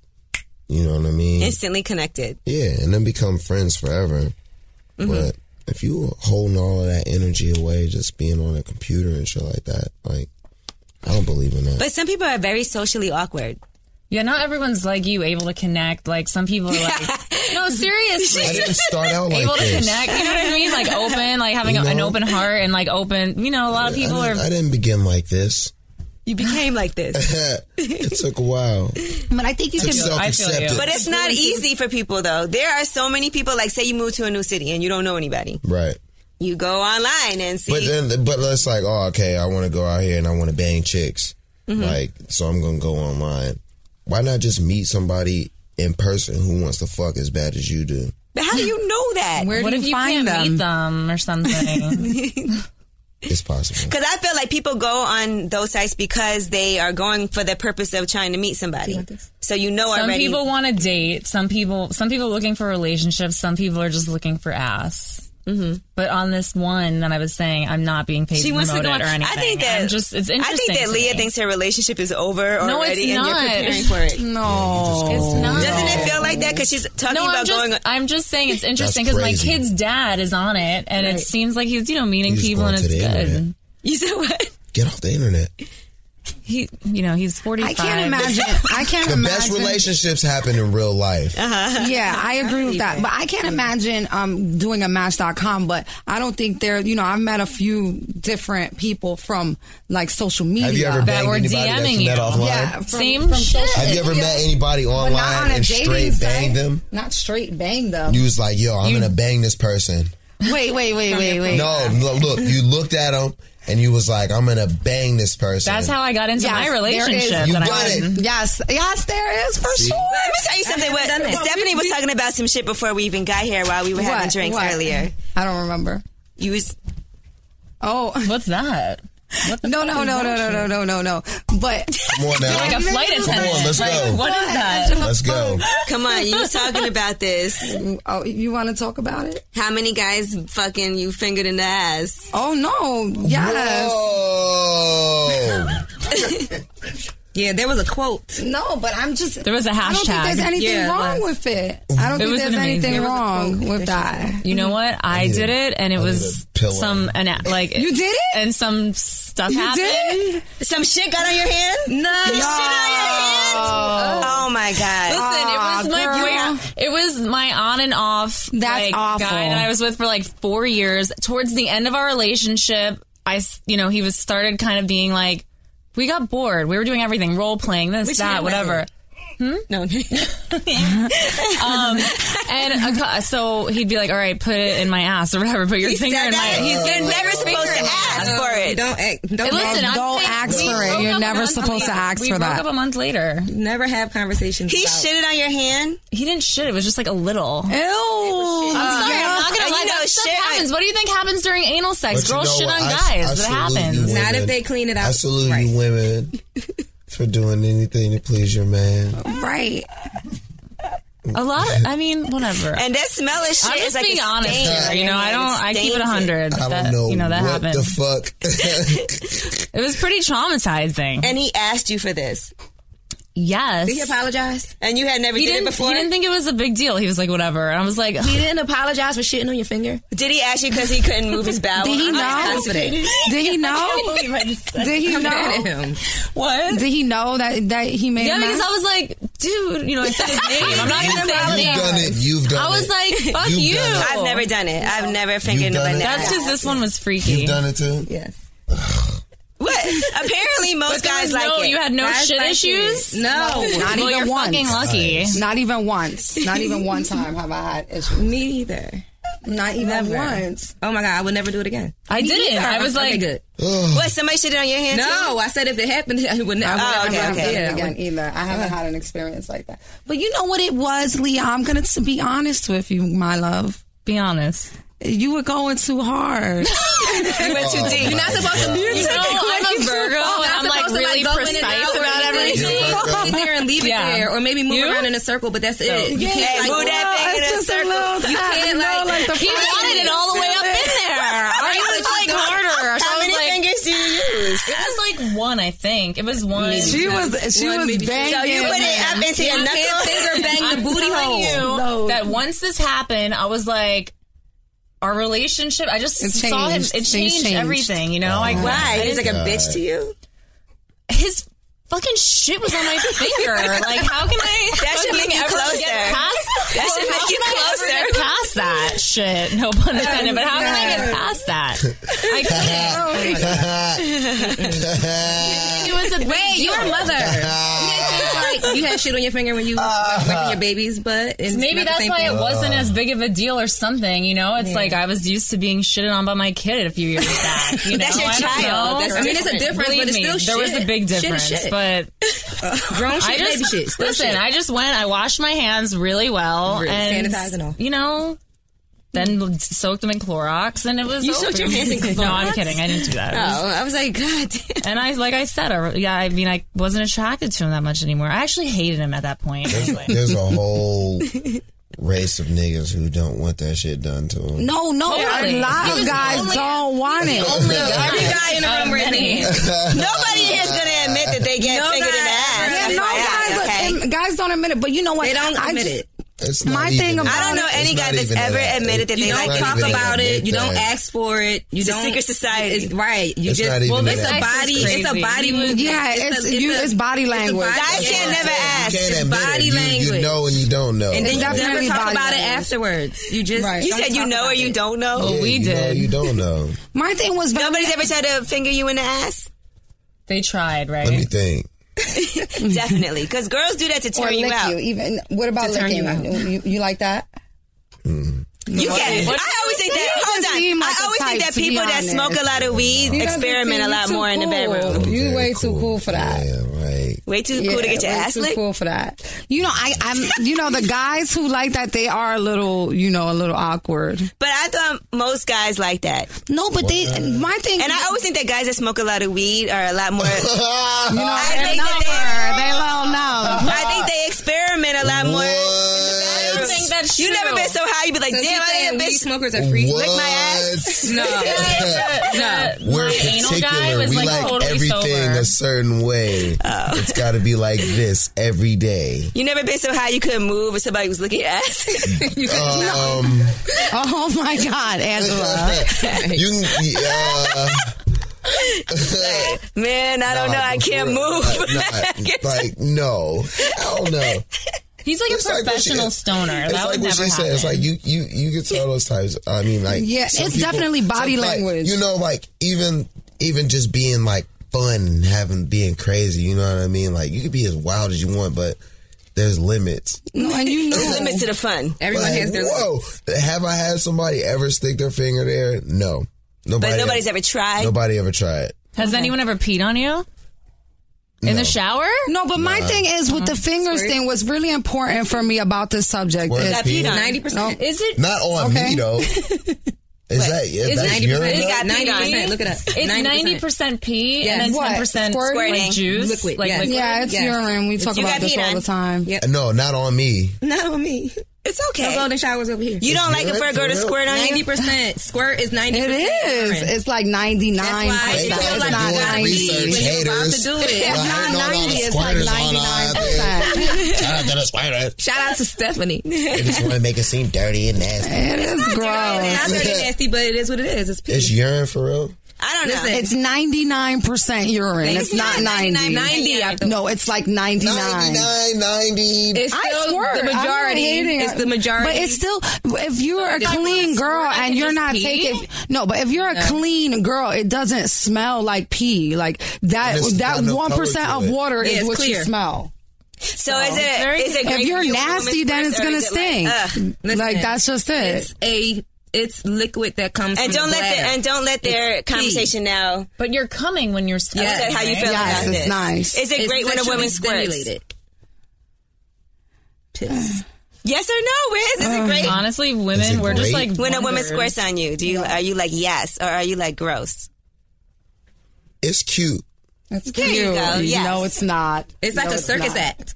S6: you know what I mean.
S3: Instantly connected.
S6: Yeah, and then become friends forever. But if you holding all of that energy away, just being on a computer and shit like that, like I don't believe in that.
S3: But some people are very socially awkward.
S4: Yeah, not everyone's like you, able to connect. Like some people are like, no, seriously,
S6: I didn't start out like
S4: able to
S6: this.
S4: connect. You know what I mean? Like open, like having
S6: You
S4: a- an
S6: know?
S4: open heart and like open. You know, a lot of people
S6: I
S4: are.
S6: didn't, I didn't begin like this.
S3: You became like this.
S6: it took a while.
S2: But I think you
S6: Took
S2: can.
S6: self
S4: I feel you.
S3: But
S6: acceptance.
S3: it's not easy for people though. There are so many people, like say you move to a new city and you don't know anybody.
S6: Right.
S3: You go online and see.
S6: But then, but it's like, oh, okay, I want to go out here and I want to bang chicks. Like, so I'm gonna go online. Why not just meet somebody in person who wants to fuck as bad as you do?
S3: but how do you know that?
S2: Where
S4: What
S2: do
S4: if
S2: you
S4: you
S2: find
S4: can't meet
S2: them?
S4: them or something?
S6: It's possible.
S3: Because I feel like people go on those sites because they are going for the purpose of trying to meet somebody. So you know
S4: some
S3: already.
S4: people want to date. Some people, some people looking for relationships. Some people are just looking for ass. Mm-hmm. But on this one that I was saying, I'm not being paid
S3: she
S4: to
S3: wants to
S4: promote
S3: go
S4: it
S3: on.
S4: or anything.
S3: I think that
S4: I'm just it's interesting.
S3: I think that
S4: to
S3: Leah
S4: me.
S3: thinks her relationship is over
S4: No, it's
S3: already, and
S4: not.
S3: you're preparing for it.
S2: No.
S4: it's not.
S3: Doesn't it feel like that? Because she's talking
S4: No,
S3: about
S4: I'm just,
S3: going.
S4: I'm just saying it's interesting because my
S6: crazy.
S4: kid's dad is on it, and it seems like he's you know meeting
S6: He's
S4: people,
S6: going
S4: and
S6: to
S4: it's
S6: the
S4: good.
S6: internet.
S3: You said what?
S6: Get off the internet.
S4: He, you know, he's forty five.
S2: I can't imagine. I can't
S6: The
S2: imagine. Uh-huh.
S6: best relationships happen in real life.
S2: Yeah, I agree with that. But I can't imagine um, doing a match.com, but I don't think there, you know, I've met a few different people from like social media.
S6: Have you ever banged
S4: we're
S6: anybody that
S4: DMing
S6: you met
S4: you.
S6: offline?
S2: yeah, from,
S4: Same
S2: from social-
S4: shit.
S6: Have you ever
S2: yeah.
S6: met anybody
S2: But not on
S6: online
S2: a
S6: and
S2: dating
S6: straight
S2: site.
S6: bang them?
S2: Not straight bang them.
S6: You was like, yo, I'm gonna bang this person.
S2: wait, wait, wait, wait, wait.
S6: No, no, look, you looked at him and you was like, I'm gonna bang this person.
S4: That's how I got into
S2: Yes,
S4: my
S2: there
S4: relationship.
S2: is-
S6: you
S4: that
S6: got
S4: I'm in.
S6: it.
S2: Yes, yes, there is for sure.
S3: Let me tell you something. What, Stephanie was talking about some shit before we even got here while we were having
S2: What?
S3: drinks
S2: What?
S3: earlier.
S2: I don't remember.
S3: You was
S2: Oh,
S4: What's that? What the
S2: no,
S4: fuck
S2: no, no,
S4: is
S2: no,
S4: that
S2: no,
S4: shit?
S2: no, no, no, no. But
S6: Come on now.
S4: Like a flight
S2: Come
S4: attendant.
S6: on, let's
S4: Like,
S6: go.
S4: What is that?
S6: Let's go.
S3: come on. You was talking about this.
S2: oh, you want to talk about it?
S3: How many guys fucking you fingered in the ass?
S2: Oh no, yes.
S6: Whoa.
S5: Yeah, there was a quote.
S2: No, but I'm just.
S4: There was a
S2: I don't think
S4: hashtag.
S2: there's anything
S5: Yeah, it
S2: wrong
S5: was.
S2: with it. I don't
S4: It
S2: think
S4: was an
S2: there's
S4: amazing-
S2: anything
S4: There was a
S2: wrong with that.
S4: You know what? I,
S6: need a-
S4: did it, and it
S6: I need
S4: was
S6: a pillow.
S4: some an like
S2: You did it?
S4: and some stuff
S2: You
S4: happened.
S2: did?
S3: Some shit got on your hand.
S2: No.
S3: Oh my god.
S4: Listen,
S2: Aw,
S4: it was my
S2: girl.
S4: boy- it was my on and off
S2: That's
S4: like,
S2: awful.
S4: guy that I was with for like four years. Towards the end of our relationship, I s- you know he was started kind of being like we got bored. We were doing everything role playing this that whatever. Hmm?
S3: No. Um,
S4: And a, co- so he'd be like, "All right, put it in my ass or whatever. Put your finger
S3: said
S4: in my."
S3: that?
S4: He's
S3: You're
S4: gonna
S3: never supposed to ask for it.
S5: Don't act. Don't
S4: And listen,
S5: act-
S4: I'm
S2: Don't
S4: saying-
S2: ask
S4: we
S2: for it.
S4: broke
S2: You're
S4: up a
S2: never
S4: month
S2: supposed to
S4: later.
S2: ask
S4: we
S2: for
S4: broke
S2: that.
S4: up a month later.
S5: never have conversations.
S3: He
S5: about-
S3: shitted on your hand.
S4: He didn't shit. It was just like a little.
S2: Ew.
S4: I'm sorry, I'm not
S3: And
S4: gonna lie.
S3: you know,
S4: that stuff
S3: shit, I-
S4: happens. what do you think happens during anal sex?
S6: But you
S4: Girls
S6: know
S4: shit
S6: what?
S4: on
S6: I- I
S4: guys. That
S6: salute you
S4: happens.
S6: women.
S5: Not if they clean it out.
S6: I salute
S5: right.
S6: you women for doing anything to please your man.
S2: Right.
S4: A lot. Of, I mean, whatever.
S3: And that smell of shit
S4: I'm
S3: is
S4: just
S3: like
S4: being
S3: a
S4: honest
S3: stain
S4: here.
S3: on
S4: You
S3: your
S4: know, I
S3: hand.
S4: don't. I keep it
S3: stains
S4: hundred.
S6: I don't
S4: That,
S6: know
S4: you know that
S6: what
S4: happened.
S6: the fuck.
S4: it was pretty traumatizing.
S3: And he asked you for this,
S4: yes.
S5: He apologized.
S3: and you had never
S4: He
S3: did it
S4: didn't.
S3: before.
S4: He didn't think it was a big deal. He was like, whatever. And I was like,
S5: He didn't apologize for shitting on your finger.
S3: Did he ask you because he couldn't move his bowel?
S2: Did he know?
S5: Confident.
S2: Did he know? Did he know?
S5: Him.
S4: what?
S2: Did he know that that he made?
S4: Yeah,
S2: a
S4: because
S2: mess?
S4: I was like, dude, you know, I said his name. I'm not gonna say his
S6: You've
S4: name.
S6: done it. You've done it.
S4: I was like, fuck
S6: You've
S4: you.
S6: done it.
S3: I've never done it. I've never fingered
S6: You've done
S3: nobody.
S6: it?
S4: That's because this one was freaky.
S6: You've done it too?
S5: Yes.
S3: what. Apparently, most
S4: But there
S3: guys
S4: was
S3: like
S4: no,
S3: it.
S4: you had no
S5: Guys
S4: shit
S5: like
S4: issues.
S5: it. No.
S2: Not
S4: well,
S2: even
S4: you're
S2: once.
S4: fucking lucky.
S2: Not even once. Not even one time have I had issues.
S5: Me either.
S2: Not even
S5: Never.
S2: once.
S5: Oh my god, I would never do it again.
S4: I didn't. I was
S5: Okay,
S4: like,
S5: good.
S3: what? Somebody shit on your hand? too?
S5: No, I said if it happened, I would never.
S3: Oh, okay,
S2: I've
S3: okay.
S2: done
S5: Yeah,
S2: it again either. I haven't had an experience like that. But you know what it was, Leah? I'm gonna t- be honest with you, my love.
S4: be honest.
S2: You were going too hard.
S3: You went too deep.
S5: You're not supposed to.
S6: You
S5: You
S4: No, I'm a Virgo, and I'm like really precise about everything.
S6: Yeah.
S5: Leave it there and leave it
S4: Yeah.
S5: there, or maybe move
S4: You?
S5: around in a circle. But that's it. You
S3: Hey,
S5: can't
S3: move
S5: like.
S3: that thing in a circle.
S5: You can't like.
S4: He wanted it all the way up in there. I was like harder. So
S3: How
S4: I
S3: many
S4: was like,
S3: fingers do you use?
S4: it was like one, I think. It was one.
S2: She was she
S5: One,
S2: was
S5: maybe two.
S2: banging.
S3: So you put it up into your
S5: You can't
S3: knuckle.
S5: finger bang
S4: I'm
S5: the booty
S4: telling
S5: hole.
S4: you
S2: No.
S4: that once this happened, I was like, our relationship. I just
S2: It
S4: saw him.
S2: changed.
S4: It
S2: Things
S4: changed,
S2: changed.
S4: everything. You know, like
S3: Why?
S4: I
S3: He's
S4: didn't-
S3: like a bitch to you.
S4: his fucking shit was on my finger. Like, how can I?
S3: That should
S4: fucking
S3: make you
S4: ever
S3: closer.
S4: Get past,
S3: That should
S4: how
S3: make you
S4: can I ever
S3: closer.
S4: get past that shit? No pun intended. But how can I get past that? I can't.
S5: It was a wait. You're a mother. You, like, you had shit on your finger when you was wiping your baby's butt. And
S4: Maybe that's why it wasn't as big of a deal or something. You know, it's like I was used to being shitted on by my kid a few years back. You know,
S3: That's your
S4: I don't
S3: child.
S4: know.
S3: That's- I
S5: mean, it's a difference,
S4: Believe
S5: but it's
S4: me,
S5: still
S4: there was
S5: shit.
S4: a big
S5: Shit is
S4: difference,
S5: shit.
S4: but.
S5: grown
S4: I
S5: shit,
S4: just
S5: baby shit. Still
S4: listen.
S5: shit.
S4: I just went. I washed my hands really well
S5: Really.
S4: and
S5: Sanitize and all.
S4: You know, then soaked them in Clorox, and it was.
S3: You
S4: over.
S3: soaked your hands in
S4: No, I'm
S3: Clorox?
S4: kidding. I didn't do that. It was-
S3: Oh, I was like, God damn.
S4: and I, like I said, I, yeah, I mean, I wasn't attracted to him that much anymore. I actually hated him at that point.
S6: There's, there's a whole race of niggas who don't want that shit done to them.
S2: No, no,
S4: Clearly.
S2: a lot
S4: He
S2: of
S4: was
S2: guys
S4: only-
S2: don't want it.
S5: Every
S4: um,
S5: guy in the room raised their hand.
S3: Nobody is going to admit that they get fingered in the ass.
S2: Yeah,
S3: FYI,
S2: no guys,
S3: okay?
S2: and guys don't admit it. But you know what?
S5: They don't
S2: I
S5: admit
S2: just-
S5: it.
S6: It's not
S2: My
S6: even
S2: thing about-
S6: that.
S3: I don't know any
S6: It's
S3: guy
S6: not
S3: that's
S6: even
S3: ever
S6: that.
S3: admitted that
S5: You
S3: they
S6: It's
S5: don't
S3: like
S6: not
S5: talk
S6: even
S5: about
S6: that
S5: it. You don't
S6: thing.
S5: ask for it. You
S3: It's a
S5: don't.
S3: secret society.
S5: It's right. You
S6: It's
S5: just.
S6: not even
S5: it's
S6: that.
S5: a body. It's a
S4: Crazy.
S5: body
S4: Yeah,
S5: movement.
S2: it's- you- it's body language.
S3: Guys can't never ask.
S6: You can't
S5: It's
S6: admit
S5: body
S6: it. You, you
S5: language.
S6: know and you don't know.
S5: And then
S6: Yeah,
S5: you never
S2: definitely
S5: talk
S2: body
S5: about it
S2: language.
S5: afterwards. You just.
S2: Right.
S3: You
S5: don't
S3: said you
S5: talk
S3: know
S5: about
S3: or you
S5: it.
S3: don't know.
S4: we
S6: you Know,
S4: did.
S6: you don't know.
S2: My thing was very-
S3: Nobody's ever tried to finger you in the ass?
S4: They tried, right?
S6: Let me think.
S3: Definitely. Because girls do that to
S2: or
S3: turn you
S2: lick
S3: out.
S2: you. Even what about
S5: turn
S2: licking?
S5: you out.
S2: You, you, you like that?
S3: You can. I always think that.
S2: You
S3: Hold
S2: just
S3: on.
S2: seem like
S3: I
S2: a
S3: always think
S2: type,
S3: that
S2: to be
S3: people that
S2: honest.
S3: smoke a lot of weed
S2: You doesn't
S3: experiment a
S2: seem
S3: lot
S2: too
S3: more in the
S2: cool.
S3: bedroom.
S6: I'm
S2: You
S6: very
S2: way too cool for that.
S6: Yeah, right.
S3: Way too cool to get your
S2: way
S3: ass
S2: too
S3: licked.
S2: cool for that. You know, I, I'm. You know, the guys who like that, they are a little, you know, a little awkward.
S3: But I thought most guys like that.
S2: No, but they. My thing.
S3: And I always think that guys that smoke a lot of weed are a lot more. I
S2: They're
S3: think
S2: number.
S3: that
S2: They don't know.
S3: they, I think they experiment a lot more.
S4: I don't think that's
S3: You
S4: true.
S3: never been so high. You be like,
S5: So
S3: damn,
S5: you
S3: I
S5: saying
S3: ain't a
S5: weed
S3: bitch.
S5: smokers are free.
S6: What?
S3: my ass.
S4: The- the-
S6: We're
S4: my anal guy
S6: particular.
S4: was
S6: we
S4: like,
S6: like,
S4: totally
S6: everything
S4: sober. Oh.
S6: a certain way. It's got to be like this every day.
S3: You never been so high you couldn't move and somebody was looking at ass.
S6: Um,
S2: Oh my God, Angela.
S6: you can. Uh,
S3: Man, I don't know. I can't move.
S6: Like, like no, hell no.
S4: He's like a
S6: It's like what she-
S4: professional stoner.
S6: It's
S4: that
S6: like
S4: would
S6: what
S4: never
S6: she
S4: happen.
S6: said. It's like you, you, you get to all those types. I mean, like
S2: Yeah,
S6: some
S2: it's definitely body
S6: some, like,
S2: language.
S6: you know, like even even just being like fun, and having being crazy. You know what I mean? Like you could be as wild as you want, but there's limits.
S2: No, and you know.
S3: There's limits to the fun.
S5: Everyone
S6: Like,
S5: has their.
S6: whoa, have I had somebody ever stick their finger there? No, nobody.
S3: But nobody's ever tried.
S6: Nobody ever tried.
S4: Has anyone ever peed on you in the shower?
S2: No, but my thing is with the fingers thing was really important for me about this subject.
S6: Word
S2: Is, oh,
S6: to you.
S5: Ninety percent.
S4: Is it?
S6: Not on
S2: Okay.
S6: me though. Is that yeah? that's
S4: it-
S6: urine.
S4: is
S6: though?
S4: that
S5: Ninety
S4: pee?
S5: percent. Look it up.
S4: It's ninety percent pee
S5: Yes.
S4: and then
S2: What?
S4: ten percent
S2: Squirting?
S4: like juice,
S5: Liquid,
S4: like
S5: yes.
S4: liquid.
S2: yeah, it's
S5: Yes.
S2: urine. We talk
S3: you
S2: about
S3: got
S2: this
S3: peed
S2: all
S3: on.
S2: the time.
S5: Yeah.
S6: No, not on me.
S5: Not on me.
S3: It's
S5: No
S3: okay.
S5: golden showers over here.
S3: You don't
S6: It's
S3: like it for a
S6: urine,
S3: girl
S6: for
S3: to
S6: real.
S3: squirt on
S5: Ninety
S3: you?
S5: percent. Squirt is ninety.
S2: It is. It's like ninety nine.
S5: That's why
S6: They
S5: It's
S6: guys are
S5: not like
S6: doing
S5: ninety.
S6: research,
S5: When you're about to
S6: haters.
S5: do it. It's
S6: Y'all
S2: not
S6: hating on all
S2: 90,
S6: the
S2: it's like
S6: squirters on out there. Shout out to the squirters.
S5: Shout out to Stephanie.
S6: They just want to make it seem dirty and nasty.
S2: It is gross.
S5: Not very nasty, but it is what it is. It's pee.
S6: It's urine for real.
S3: I don't know.
S5: Listen,
S2: It's ninety nine percent urine. It's not ninety.
S5: 90. I don't-
S2: No, it's like ninety nine.
S6: 99, 90.
S5: It's
S2: I
S5: still
S2: squirt.
S5: the
S2: I'm not
S5: majority.
S2: hating.
S5: It's the majority.
S2: But it's still, if you're a
S4: if I
S2: clean
S4: wanna
S2: girl
S4: squirt, I
S2: and
S4: can
S2: you're
S4: just
S2: not
S4: pee?
S2: taking no, but if you're a clean girl, it doesn't smell like pee. Like that.
S6: And it's
S2: That
S6: got no
S2: one percent
S6: color to
S2: of
S6: it.
S2: water
S5: Yeah,
S2: is
S5: it's
S2: what you
S5: clear.
S2: smell.
S3: so is
S4: very
S3: it, is it
S4: different.
S3: great
S2: If you're
S3: for you when
S2: nasty,
S3: women
S2: then it's
S3: squirt, or
S2: gonna
S3: is it like,
S2: stink.
S3: ugh?
S5: Listen,
S2: like that's just it.
S5: It's a it's liquid that comes
S3: and
S5: from
S3: don't
S5: the
S3: let the,
S5: bladder.
S3: and don't let their
S5: It's pee.
S3: conversation now
S4: But you're coming when you're squirting.
S3: upset how you
S4: right?
S3: feel
S2: Yes,
S3: about
S2: it's
S3: this.
S2: nice.
S3: Is it
S5: It's
S3: great when a
S5: sexually
S3: woman squirts?
S5: stimulated. Piss.
S3: Yes or no? Where is, is it great
S4: Honestly,
S6: Is it
S4: women, we're just
S6: great?
S4: like
S3: when a woman
S4: wonders.
S3: squirts on you? Do you are you like yes or are you like gross?
S6: It's cute.
S2: That's
S3: There you go, yes.
S2: No, it's not.
S5: It's
S2: No,
S5: like a circus
S2: not.
S5: act.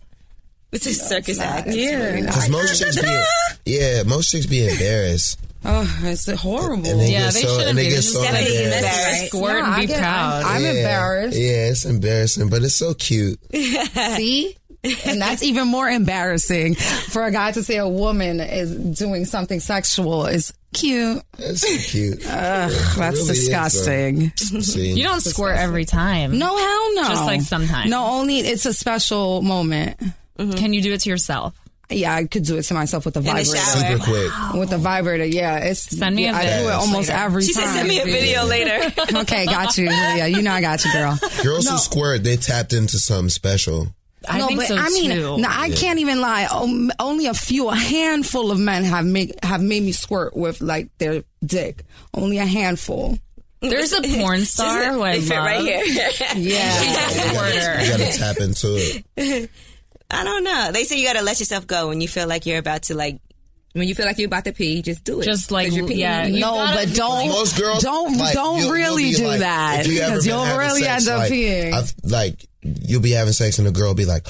S3: It's a circus act.
S5: Yeah.
S6: Because most chicks be, yeah, most chicks be embarrassed.
S2: Oh, it's horrible.
S6: And they
S4: Yeah,
S6: get
S4: they
S6: so,
S4: shouldn't
S6: and they
S4: be.
S6: get
S4: They just
S6: so
S4: gotta
S3: be
S6: embarrassed.
S3: embarrassed.
S4: Just squirt
S2: No,
S4: and
S2: I
S4: be
S2: get-
S4: proud.
S2: I'm
S6: yeah.
S2: embarrassed.
S6: Yeah, it's embarrassing, but it's so cute.
S2: See, and that's even more embarrassing for a guy to say a woman is doing something sexual is cute.
S6: That's cute.
S5: Uh,
S2: Ugh, that's disgusting.
S6: See,
S4: You don't squirt every time.
S2: No, hell no.
S4: Just like sometimes.
S2: No, only it's a special moment.
S4: Can you do it to yourself?
S2: Yeah, I could do it to myself with a
S3: In the
S2: vibrator.
S3: shower.
S6: super quick.
S2: With the vibrator, yeah, it's.
S4: Send me a
S2: yeah, I do
S4: video
S2: it almost
S4: later.
S2: every
S3: She
S2: time.
S3: said, "Send me a video later."
S2: okay, got you. Yeah, you know I got you, girl.
S6: Girls who squirt, they tapped into something special.
S4: I
S2: no,
S4: think
S2: but
S4: so
S2: I mean,
S4: too.
S2: no, I can't even lie. Um, only a few, a handful of men have make have made me squirt with like their dick. Only a handful.
S4: There's a porn star who I
S3: they fit
S4: love.
S3: right here.
S2: Yeah.
S6: You gotta, you gotta tap into it.
S3: I don't know. They say you gotta let yourself go when you feel like you're about to like.
S5: When you feel like you're about to pee, just do it.
S4: Just like
S5: 'Cause you're peeing.
S4: yeah, you
S2: No,
S4: gotta-
S2: but don't
S6: Most girls
S2: don't
S6: like,
S2: don't
S6: you'll- you'll
S2: really
S6: be
S2: do
S6: like-
S2: that
S6: if you ever
S2: because
S6: been
S2: you'll
S6: having
S2: really
S6: sex,
S2: end up
S6: like,
S2: peeing.
S6: I've- like you'll be having sex and the girl be like,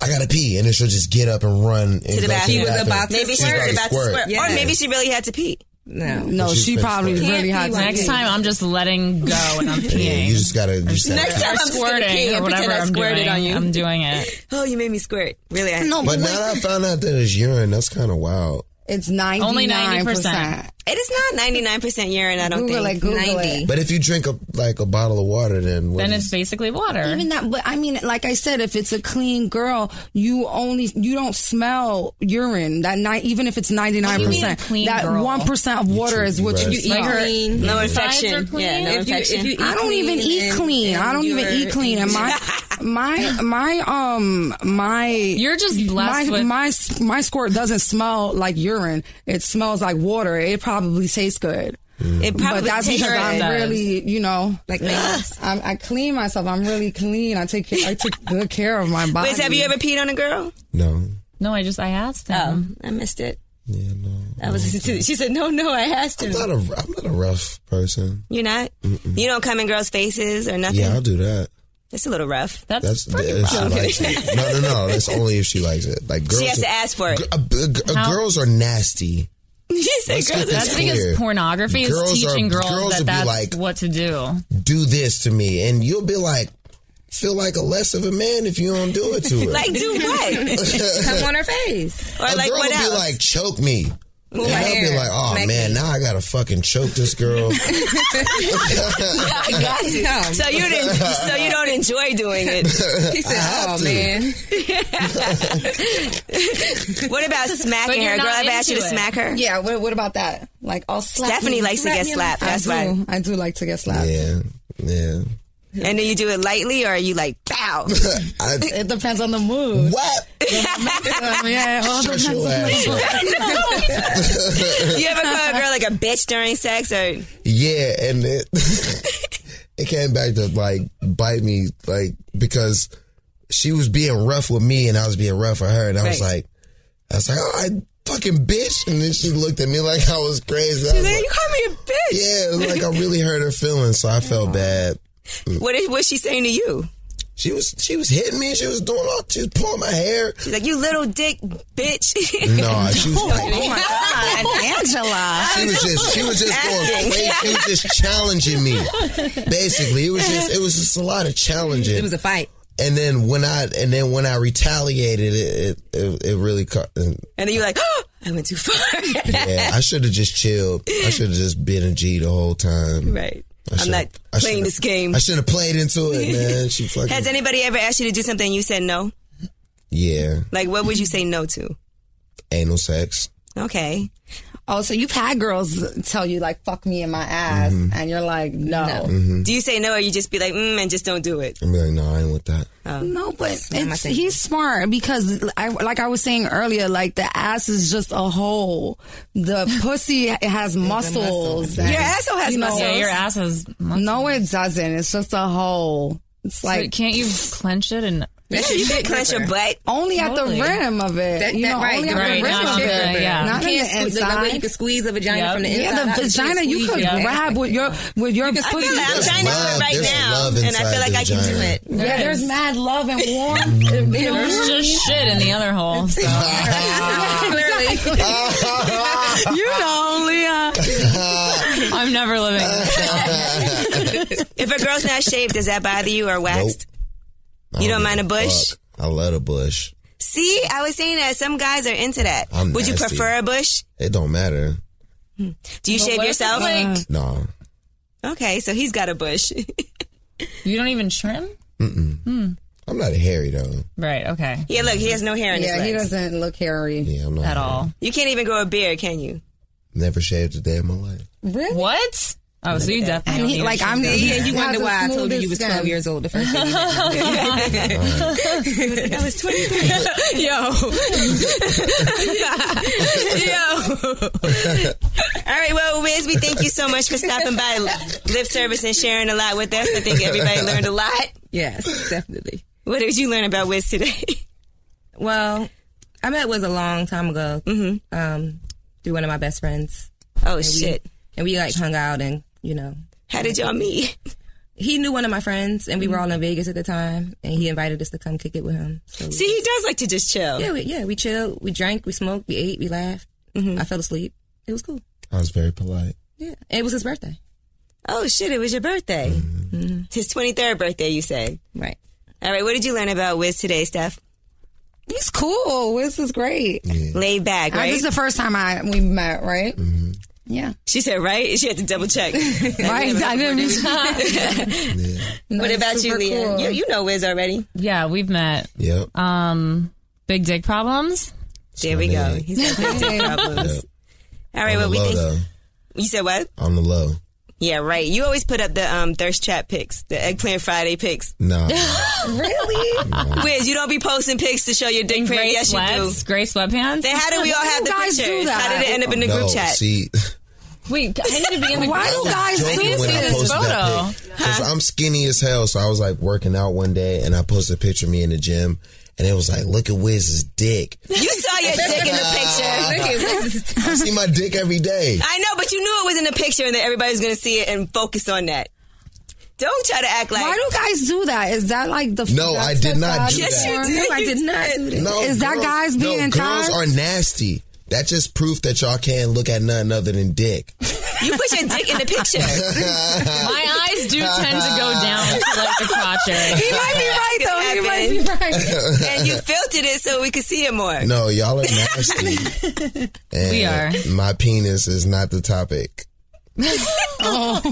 S6: "I gotta pee," and then she'll just get up and run and
S3: To the
S6: go
S3: bathroom. She
S6: To the
S3: was
S6: bathroom.
S5: about to
S3: Maybe she
S6: She's
S3: was
S6: about to
S3: about to
S6: squirt.
S3: squirt, or
S5: Yes.
S3: maybe she really had to pee.
S5: No.
S2: no,
S6: she's
S2: she
S6: been
S2: probably
S6: squirting.
S2: really had to.
S4: Next time, I'm just letting go and I'm
S6: Yeah,
S4: peeing.
S6: you just gotta. You just gotta
S3: Next
S6: tap.
S3: time I'm just gonna pee
S4: squirting or
S3: and
S4: whatever
S3: pretend I
S4: I'm
S3: squirted
S4: doing.
S3: on you.
S4: I'm doing it.
S3: Oh, you made me squirt. Really? I
S2: No, but
S6: But now
S2: wait,
S6: that I found out that it's urine, that's kind of wild.
S2: it's ninety nine
S4: 90%.
S2: percent.
S3: It is not 99% urine, I don't
S2: Google
S3: think.
S2: it, Google
S3: 90.
S2: it.
S6: But if you drink a like a bottle of water, then what
S4: Then
S6: is-
S4: it's basically water.
S2: Even that, but I mean, like I said, if it's a clean girl, you only you don't smell urine. That night, even if it's ninety nine
S4: you mean a
S2: percent,
S4: clean
S2: that
S4: girl?
S2: one percent of water
S6: treat
S2: is what
S6: you
S2: you
S6: right.
S2: smell.
S5: clean.
S3: No
S4: sides are
S3: infection.
S4: clean?
S3: Yeah, no
S4: If you-
S5: If you- if
S3: infection.
S5: you eat
S2: I don't even eat
S5: and-
S2: clean. I
S5: and
S2: don't even
S5: you're-
S2: eat clean. And my my my um my
S4: You're just blessed
S2: my,
S4: with.
S2: my s- my squirt doesn't smell like urine. It smells like water. It probably tastes good,
S3: It probably
S2: but that's
S3: tastes
S2: because I'm
S3: good.
S4: does.
S2: really you know
S5: Like nails.
S2: I'm, I clean myself. I'm really clean. I take care, I take good care of my body.
S3: Liz, have you ever peed on a girl?
S6: no.
S4: no, I just I asked
S3: Oh,
S4: him.
S3: I missed it.
S6: Yeah, no.
S3: I was listening to She said, no, no, I asked
S6: I'm
S3: him.
S6: not a. I'm not a rough person.
S3: You're not? You don't come in girls' faces or nothing?
S6: Yeah, I'll do that.
S3: It's a little rough.
S4: That's,
S6: That's
S4: pretty
S6: if she
S4: rough.
S6: likes it. No, no, no. That's only if she likes it. Like girls,
S3: She has to
S6: are-
S3: ask for it.
S6: Gr- uh, b- uh,
S4: How-
S6: girls are nasty.
S3: She said,
S6: Let's get
S3: girls,
S6: this
S4: That's
S6: clear.
S4: because pornography is
S6: Girls are-
S4: teaching girls,
S6: girls
S4: that
S6: would be
S4: that's
S6: like-
S4: what to do.
S6: Do this to me, and you'll be like, feel like a less of a man if you don't do it to her.
S3: like, do what?
S5: Come on her face.
S3: Or
S6: a
S3: like,
S6: girl
S3: what
S6: would
S3: else?
S6: be like, choke me. and
S5: my
S6: I'll be
S5: hair.
S6: like, oh
S5: Smack
S6: man,
S5: me."
S6: now I gotta fucking choke this girl.
S3: I got you.
S5: Come.
S3: So you didn't. So you don't enjoy doing it.
S5: He said,
S6: have
S5: "Oh
S6: to."
S5: man,
S3: What about smacking
S4: you're
S3: her? Girl,
S4: not
S3: I've asked you to
S4: into it.
S3: smack her.
S2: Yeah. What, what about that? Like I'll slap.
S3: Stephanie
S2: you.
S3: likes to
S2: Slap
S3: get
S2: me.
S3: slapped, that's
S2: I do.
S3: why.
S2: I do like to get slapped.
S6: yeah, yeah.
S3: And then you do it lightly, or are you like bow?
S6: I,
S2: It depends on the mood.
S6: what?
S2: yeah. all
S6: Shut
S2: depends on
S6: your
S2: the mood.
S6: ass up.
S3: you ever call a girl like a bitch during sex, or
S6: Yeah, and it it came back to like bite me, like because she was being rough with me and I was being rough with her, and I was
S3: Right.
S6: like, I was like, oh, I fucking bitch, and then she looked at me like I was crazy. I was
S3: then
S6: like,
S3: you call me a bitch?
S6: yeah, like I really hurt her feelings, so I felt bad.
S3: What is what's she saying to you?
S6: She was she was hitting me. She was doing all. She was pulling my hair.
S3: She's like, you little dick bitch.
S6: No, she was like,
S2: Oh my God, Angela.
S6: she was just she was just going crazy. She was just challenging me. Basically, it was just it was just a lot of challenging.
S5: it was a fight."
S6: and then when I and then when I retaliated, it it, it, it really cut. Yeah,
S3: and then you're like, oh, I went too far.
S6: I should have just chilled. I should have just been a G the whole time.
S3: right.
S6: I
S3: I'm
S6: should've-
S3: not
S6: I
S3: playing
S6: should've-
S3: this game.
S6: I should have played into it, man. She fucking
S3: Has anybody ever asked you to do something you said no?
S6: yeah,
S3: Like, what would you say no to?
S6: anal sex.
S3: Okay.
S6: Mm-hmm.
S2: Oh, so you've had girls tell you like "fuck me in my ass," and you're like, "No, no."
S3: Do you say no, or you just be like, mm, and just don't do it?
S6: I'm like, no, I ain't with that.
S3: Oh.
S2: but it's, he's smart because, I, like I was saying earlier, like the ass is just a hole. The pussy it has muscles. and-
S3: Your asshole has
S2: You know,
S3: muscles.
S4: Yeah, your ass is.
S2: No, it doesn't. It's just a hole. It's like
S4: can't you clench it and
S5: That's
S3: you can clench your butt.
S2: only at
S4: Totally.
S2: the rim of it.
S5: That-
S2: you
S5: that
S2: know,
S5: right,
S2: only at
S4: right,
S2: the rim
S4: not
S2: of
S4: the-
S2: it.
S4: yeah.
S2: Not in the
S5: Can't squeeze- the way you
S2: inside.
S5: can squeeze a vagina
S4: Yep.
S5: from the inside.
S2: Yeah, the
S5: out, you can
S2: vagina you
S5: squeeze
S2: could
S5: your ass.
S2: grab with your with your
S3: I feel
S2: pussy.
S3: like I'm
S6: There's
S3: trying to do
S6: love-
S3: it right
S6: there's
S3: now,
S6: love
S3: and I
S6: inside
S3: feel like
S6: the
S3: I can do
S6: vagina.
S3: it.
S2: Yeah, there's mad love and warmth.
S4: There's just shit in the other hole. So.
S5: Clearly,
S2: you know, Leah.
S4: I'm never living.
S3: If a girl's not shaved, does that bother you or waxed?
S6: Nope.
S3: You
S6: I
S3: don't mind a
S6: give
S3: bush?
S6: fuck. I love a bush.
S3: See, I was saying that some guys are into that.
S6: I'm
S3: Would you
S6: nasty.
S3: prefer a bush?
S6: It don't matter.
S3: Do you shave
S4: what if it's
S3: yourself?
S4: like-
S6: No.
S3: okay, so he's got a bush.
S4: You don't even trim?
S6: I'm not hairy though.
S4: Right, okay.
S3: yeah, look, he has no hair in his
S7: Yeah, he
S3: legs.
S7: doesn't look hairy.
S6: Yeah, I'm not
S4: At all.
S3: You can't even grow a beard, can you?
S6: Never shaved a day in my life.
S4: What? Oh, so you definitely.
S7: And
S4: don't
S7: he,
S4: need
S7: like
S4: a
S7: I'm,
S4: shave.
S7: yeah,
S5: You wonder why I told you you was 12 years old the first day you met me.
S3: I was 23.
S5: Yo. Yo.
S3: All right, well, Wiz, we thank you so much for stopping by Lip Service and sharing a lot with us. I think everybody learned a lot.
S5: Yes, definitely.
S3: What did you learn about Wiz today?
S5: Well, I met was a long time ago um, through one of my best friends.
S3: Oh, shit.
S5: And we like hung out and, you know,
S3: How did y'all meet?
S5: he knew one of my friends and we were all in Vegas at the time and he invited us to come kick it with him. So
S3: See, he does like to just chill.
S5: yeah, we, yeah, we chilled, we drank, we smoked, we ate, we laughed. I fell asleep. It was cool.
S6: I was very polite.
S5: Yeah. And it was his birthday.
S3: Oh, shit, it was your birthday.
S6: Mm-hmm.
S3: His 23rd birthday, you said.
S5: Right.
S3: All right, what did you learn about Wiz today, Steph?
S7: he's cool. This is great.
S3: Laid back,
S7: I-
S3: right?
S7: This is the first time I we met, right?
S6: Mm-hmm.
S7: Yeah.
S3: she said, right? She had to double check.
S7: Right. I didn't.
S3: what about you,
S7: super
S3: Leah?
S7: cool.
S3: You, you know Wiz already.
S4: Yeah, we've met.
S6: Yep.
S4: Um, big dick problems.
S3: There we go.
S6: nigga.
S3: He's got big dick problems.
S6: Yep.
S3: All right,
S6: on
S3: well,
S6: the
S3: we
S6: low
S3: think.
S6: though.
S3: You said what?
S6: On the low.
S3: Yeah, right. You always put up the um, thirst trap pics, the eggplant Friday pics.
S6: Nah.
S3: Wiz, you don't be posting pics to show your dick print.
S4: Gray
S3: Yes, you do.
S4: sweats, gray sweatpants.
S3: Then how do we all have the
S7: guys do
S3: pictures? How did it end up in the
S6: no,
S3: group chat?
S6: see.
S4: Wait, I need to be in the. Why
S7: do guys
S6: joking
S4: do
S6: when I
S4: this
S6: posted
S4: photo?
S6: that pic. Because I'm skinny as hell. So I was like working out one day and I posted a picture of me in the gym and it was like, look at Wiz's dick.
S3: You saw your dick in the picture.
S6: I see my dick every day.
S3: I know, but you knew it was in the picture and that everybody's going to see it and focus on that. Don't try to act like.
S7: Why do guys do that? Is that like the?
S6: No,
S7: that's
S6: I did
S7: what
S6: not
S7: guys
S6: do
S3: yes,
S6: that.
S3: you did.
S5: No, I did not do that.
S6: No,
S7: Is that
S6: girls-
S7: guys
S6: no,
S7: being
S6: girls
S7: tired?
S6: are nasty. That just proof that y'all can't look at nothing other than dick.
S3: You put your dick in the picture.
S4: My eyes do tend to go down to like the crotch area.
S3: he might be right though. He might be right. and you filtered it so we could see it more.
S6: No, y'all are nasty. and
S4: We are.
S6: My penis is not the topic.
S5: I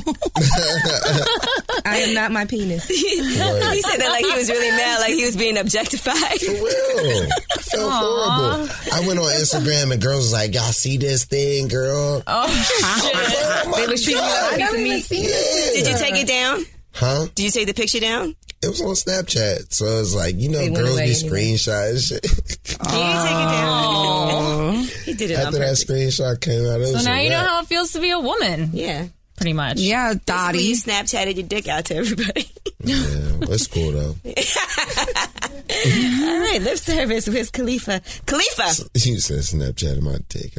S5: am not my penis.
S3: he said that like he was really mad, like he was being objectified.
S6: Ew. I felt horrible. I went on Instagram and girls was like, y'all see this thing, girl? Oh, my God. Yeah.
S3: Did you take it down?
S6: Huh?
S3: Did you take the picture down?
S6: It was on Snapchat. So it's like, you know,
S5: went
S6: girls be
S5: away
S6: screenshots. and shit.
S3: Did you take it down? he did it on
S6: After that
S3: purpose.
S6: screenshot came out, it was
S4: So now
S6: a
S4: you know
S6: wrap.
S4: how it feels to be a woman,
S3: Yeah.
S4: pretty much.
S7: Yeah,
S3: Well, You
S7: Dottie.
S3: Snapchatted your dick out to everybody.
S6: Yeah, well, it's cool, though.
S3: All right, lip service with Khalifa. Khalifa.
S6: You said Snapchat in my dick.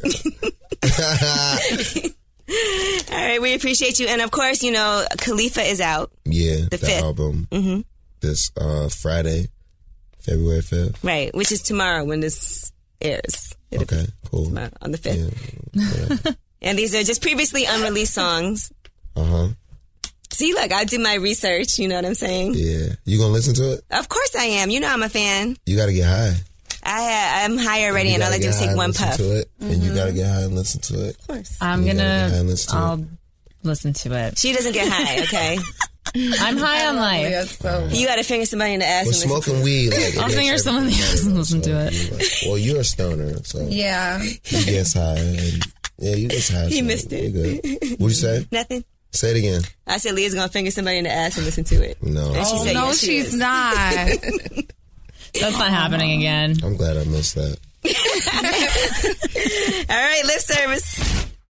S3: All right, we appreciate you, and of course, you know Khalifa is out.
S6: yeah, the,
S3: fifth. Mm-hmm.
S6: album this uh, Friday, February fifth.
S3: Right, which is tomorrow when this airs. It'll
S6: Okay, cool.
S3: be on the fifth. and these are just previously unreleased songs.
S6: Uh huh.
S3: See, look, I do my research. You know what I'm saying?
S6: Yeah, you gonna listen to it?
S3: Of course, I am. You know, I'm a fan.
S6: You gotta get high.
S3: I uh, I'm high already,
S6: You
S3: and all
S6: gotta
S3: I do
S6: get
S3: is
S6: high
S3: take
S6: and
S3: one
S6: listen
S3: puff. Mm-hmm.
S6: To it, And you gotta get high and listen to it.
S4: I'm
S6: You gotta get high
S4: gonna.
S6: and listen to
S4: I'll
S6: it.
S4: listen to it.
S3: She doesn't get high. Okay,
S4: I'm high on life.
S3: you got to finger somebody in the ass.
S6: But
S3: and listen
S6: smoking weed, like, it
S4: I'll
S6: makes
S4: finger someone in the
S6: everything
S4: ass and listen
S6: better, so
S4: to it.
S6: you like- well, you're a stoner, so
S7: Yeah.
S6: you get high. And, yeah, you get high. He
S3: missed it.
S6: What you say?
S3: to Nothing.
S6: Say it again.
S3: I said Leah's gonna finger somebody in the ass and listen to it.
S6: No,
S3: And she said,
S7: No,
S3: yes, she
S7: she's
S3: is.
S7: not.
S4: That's not happening again.
S6: I'm glad I missed that.
S3: All right, lip service.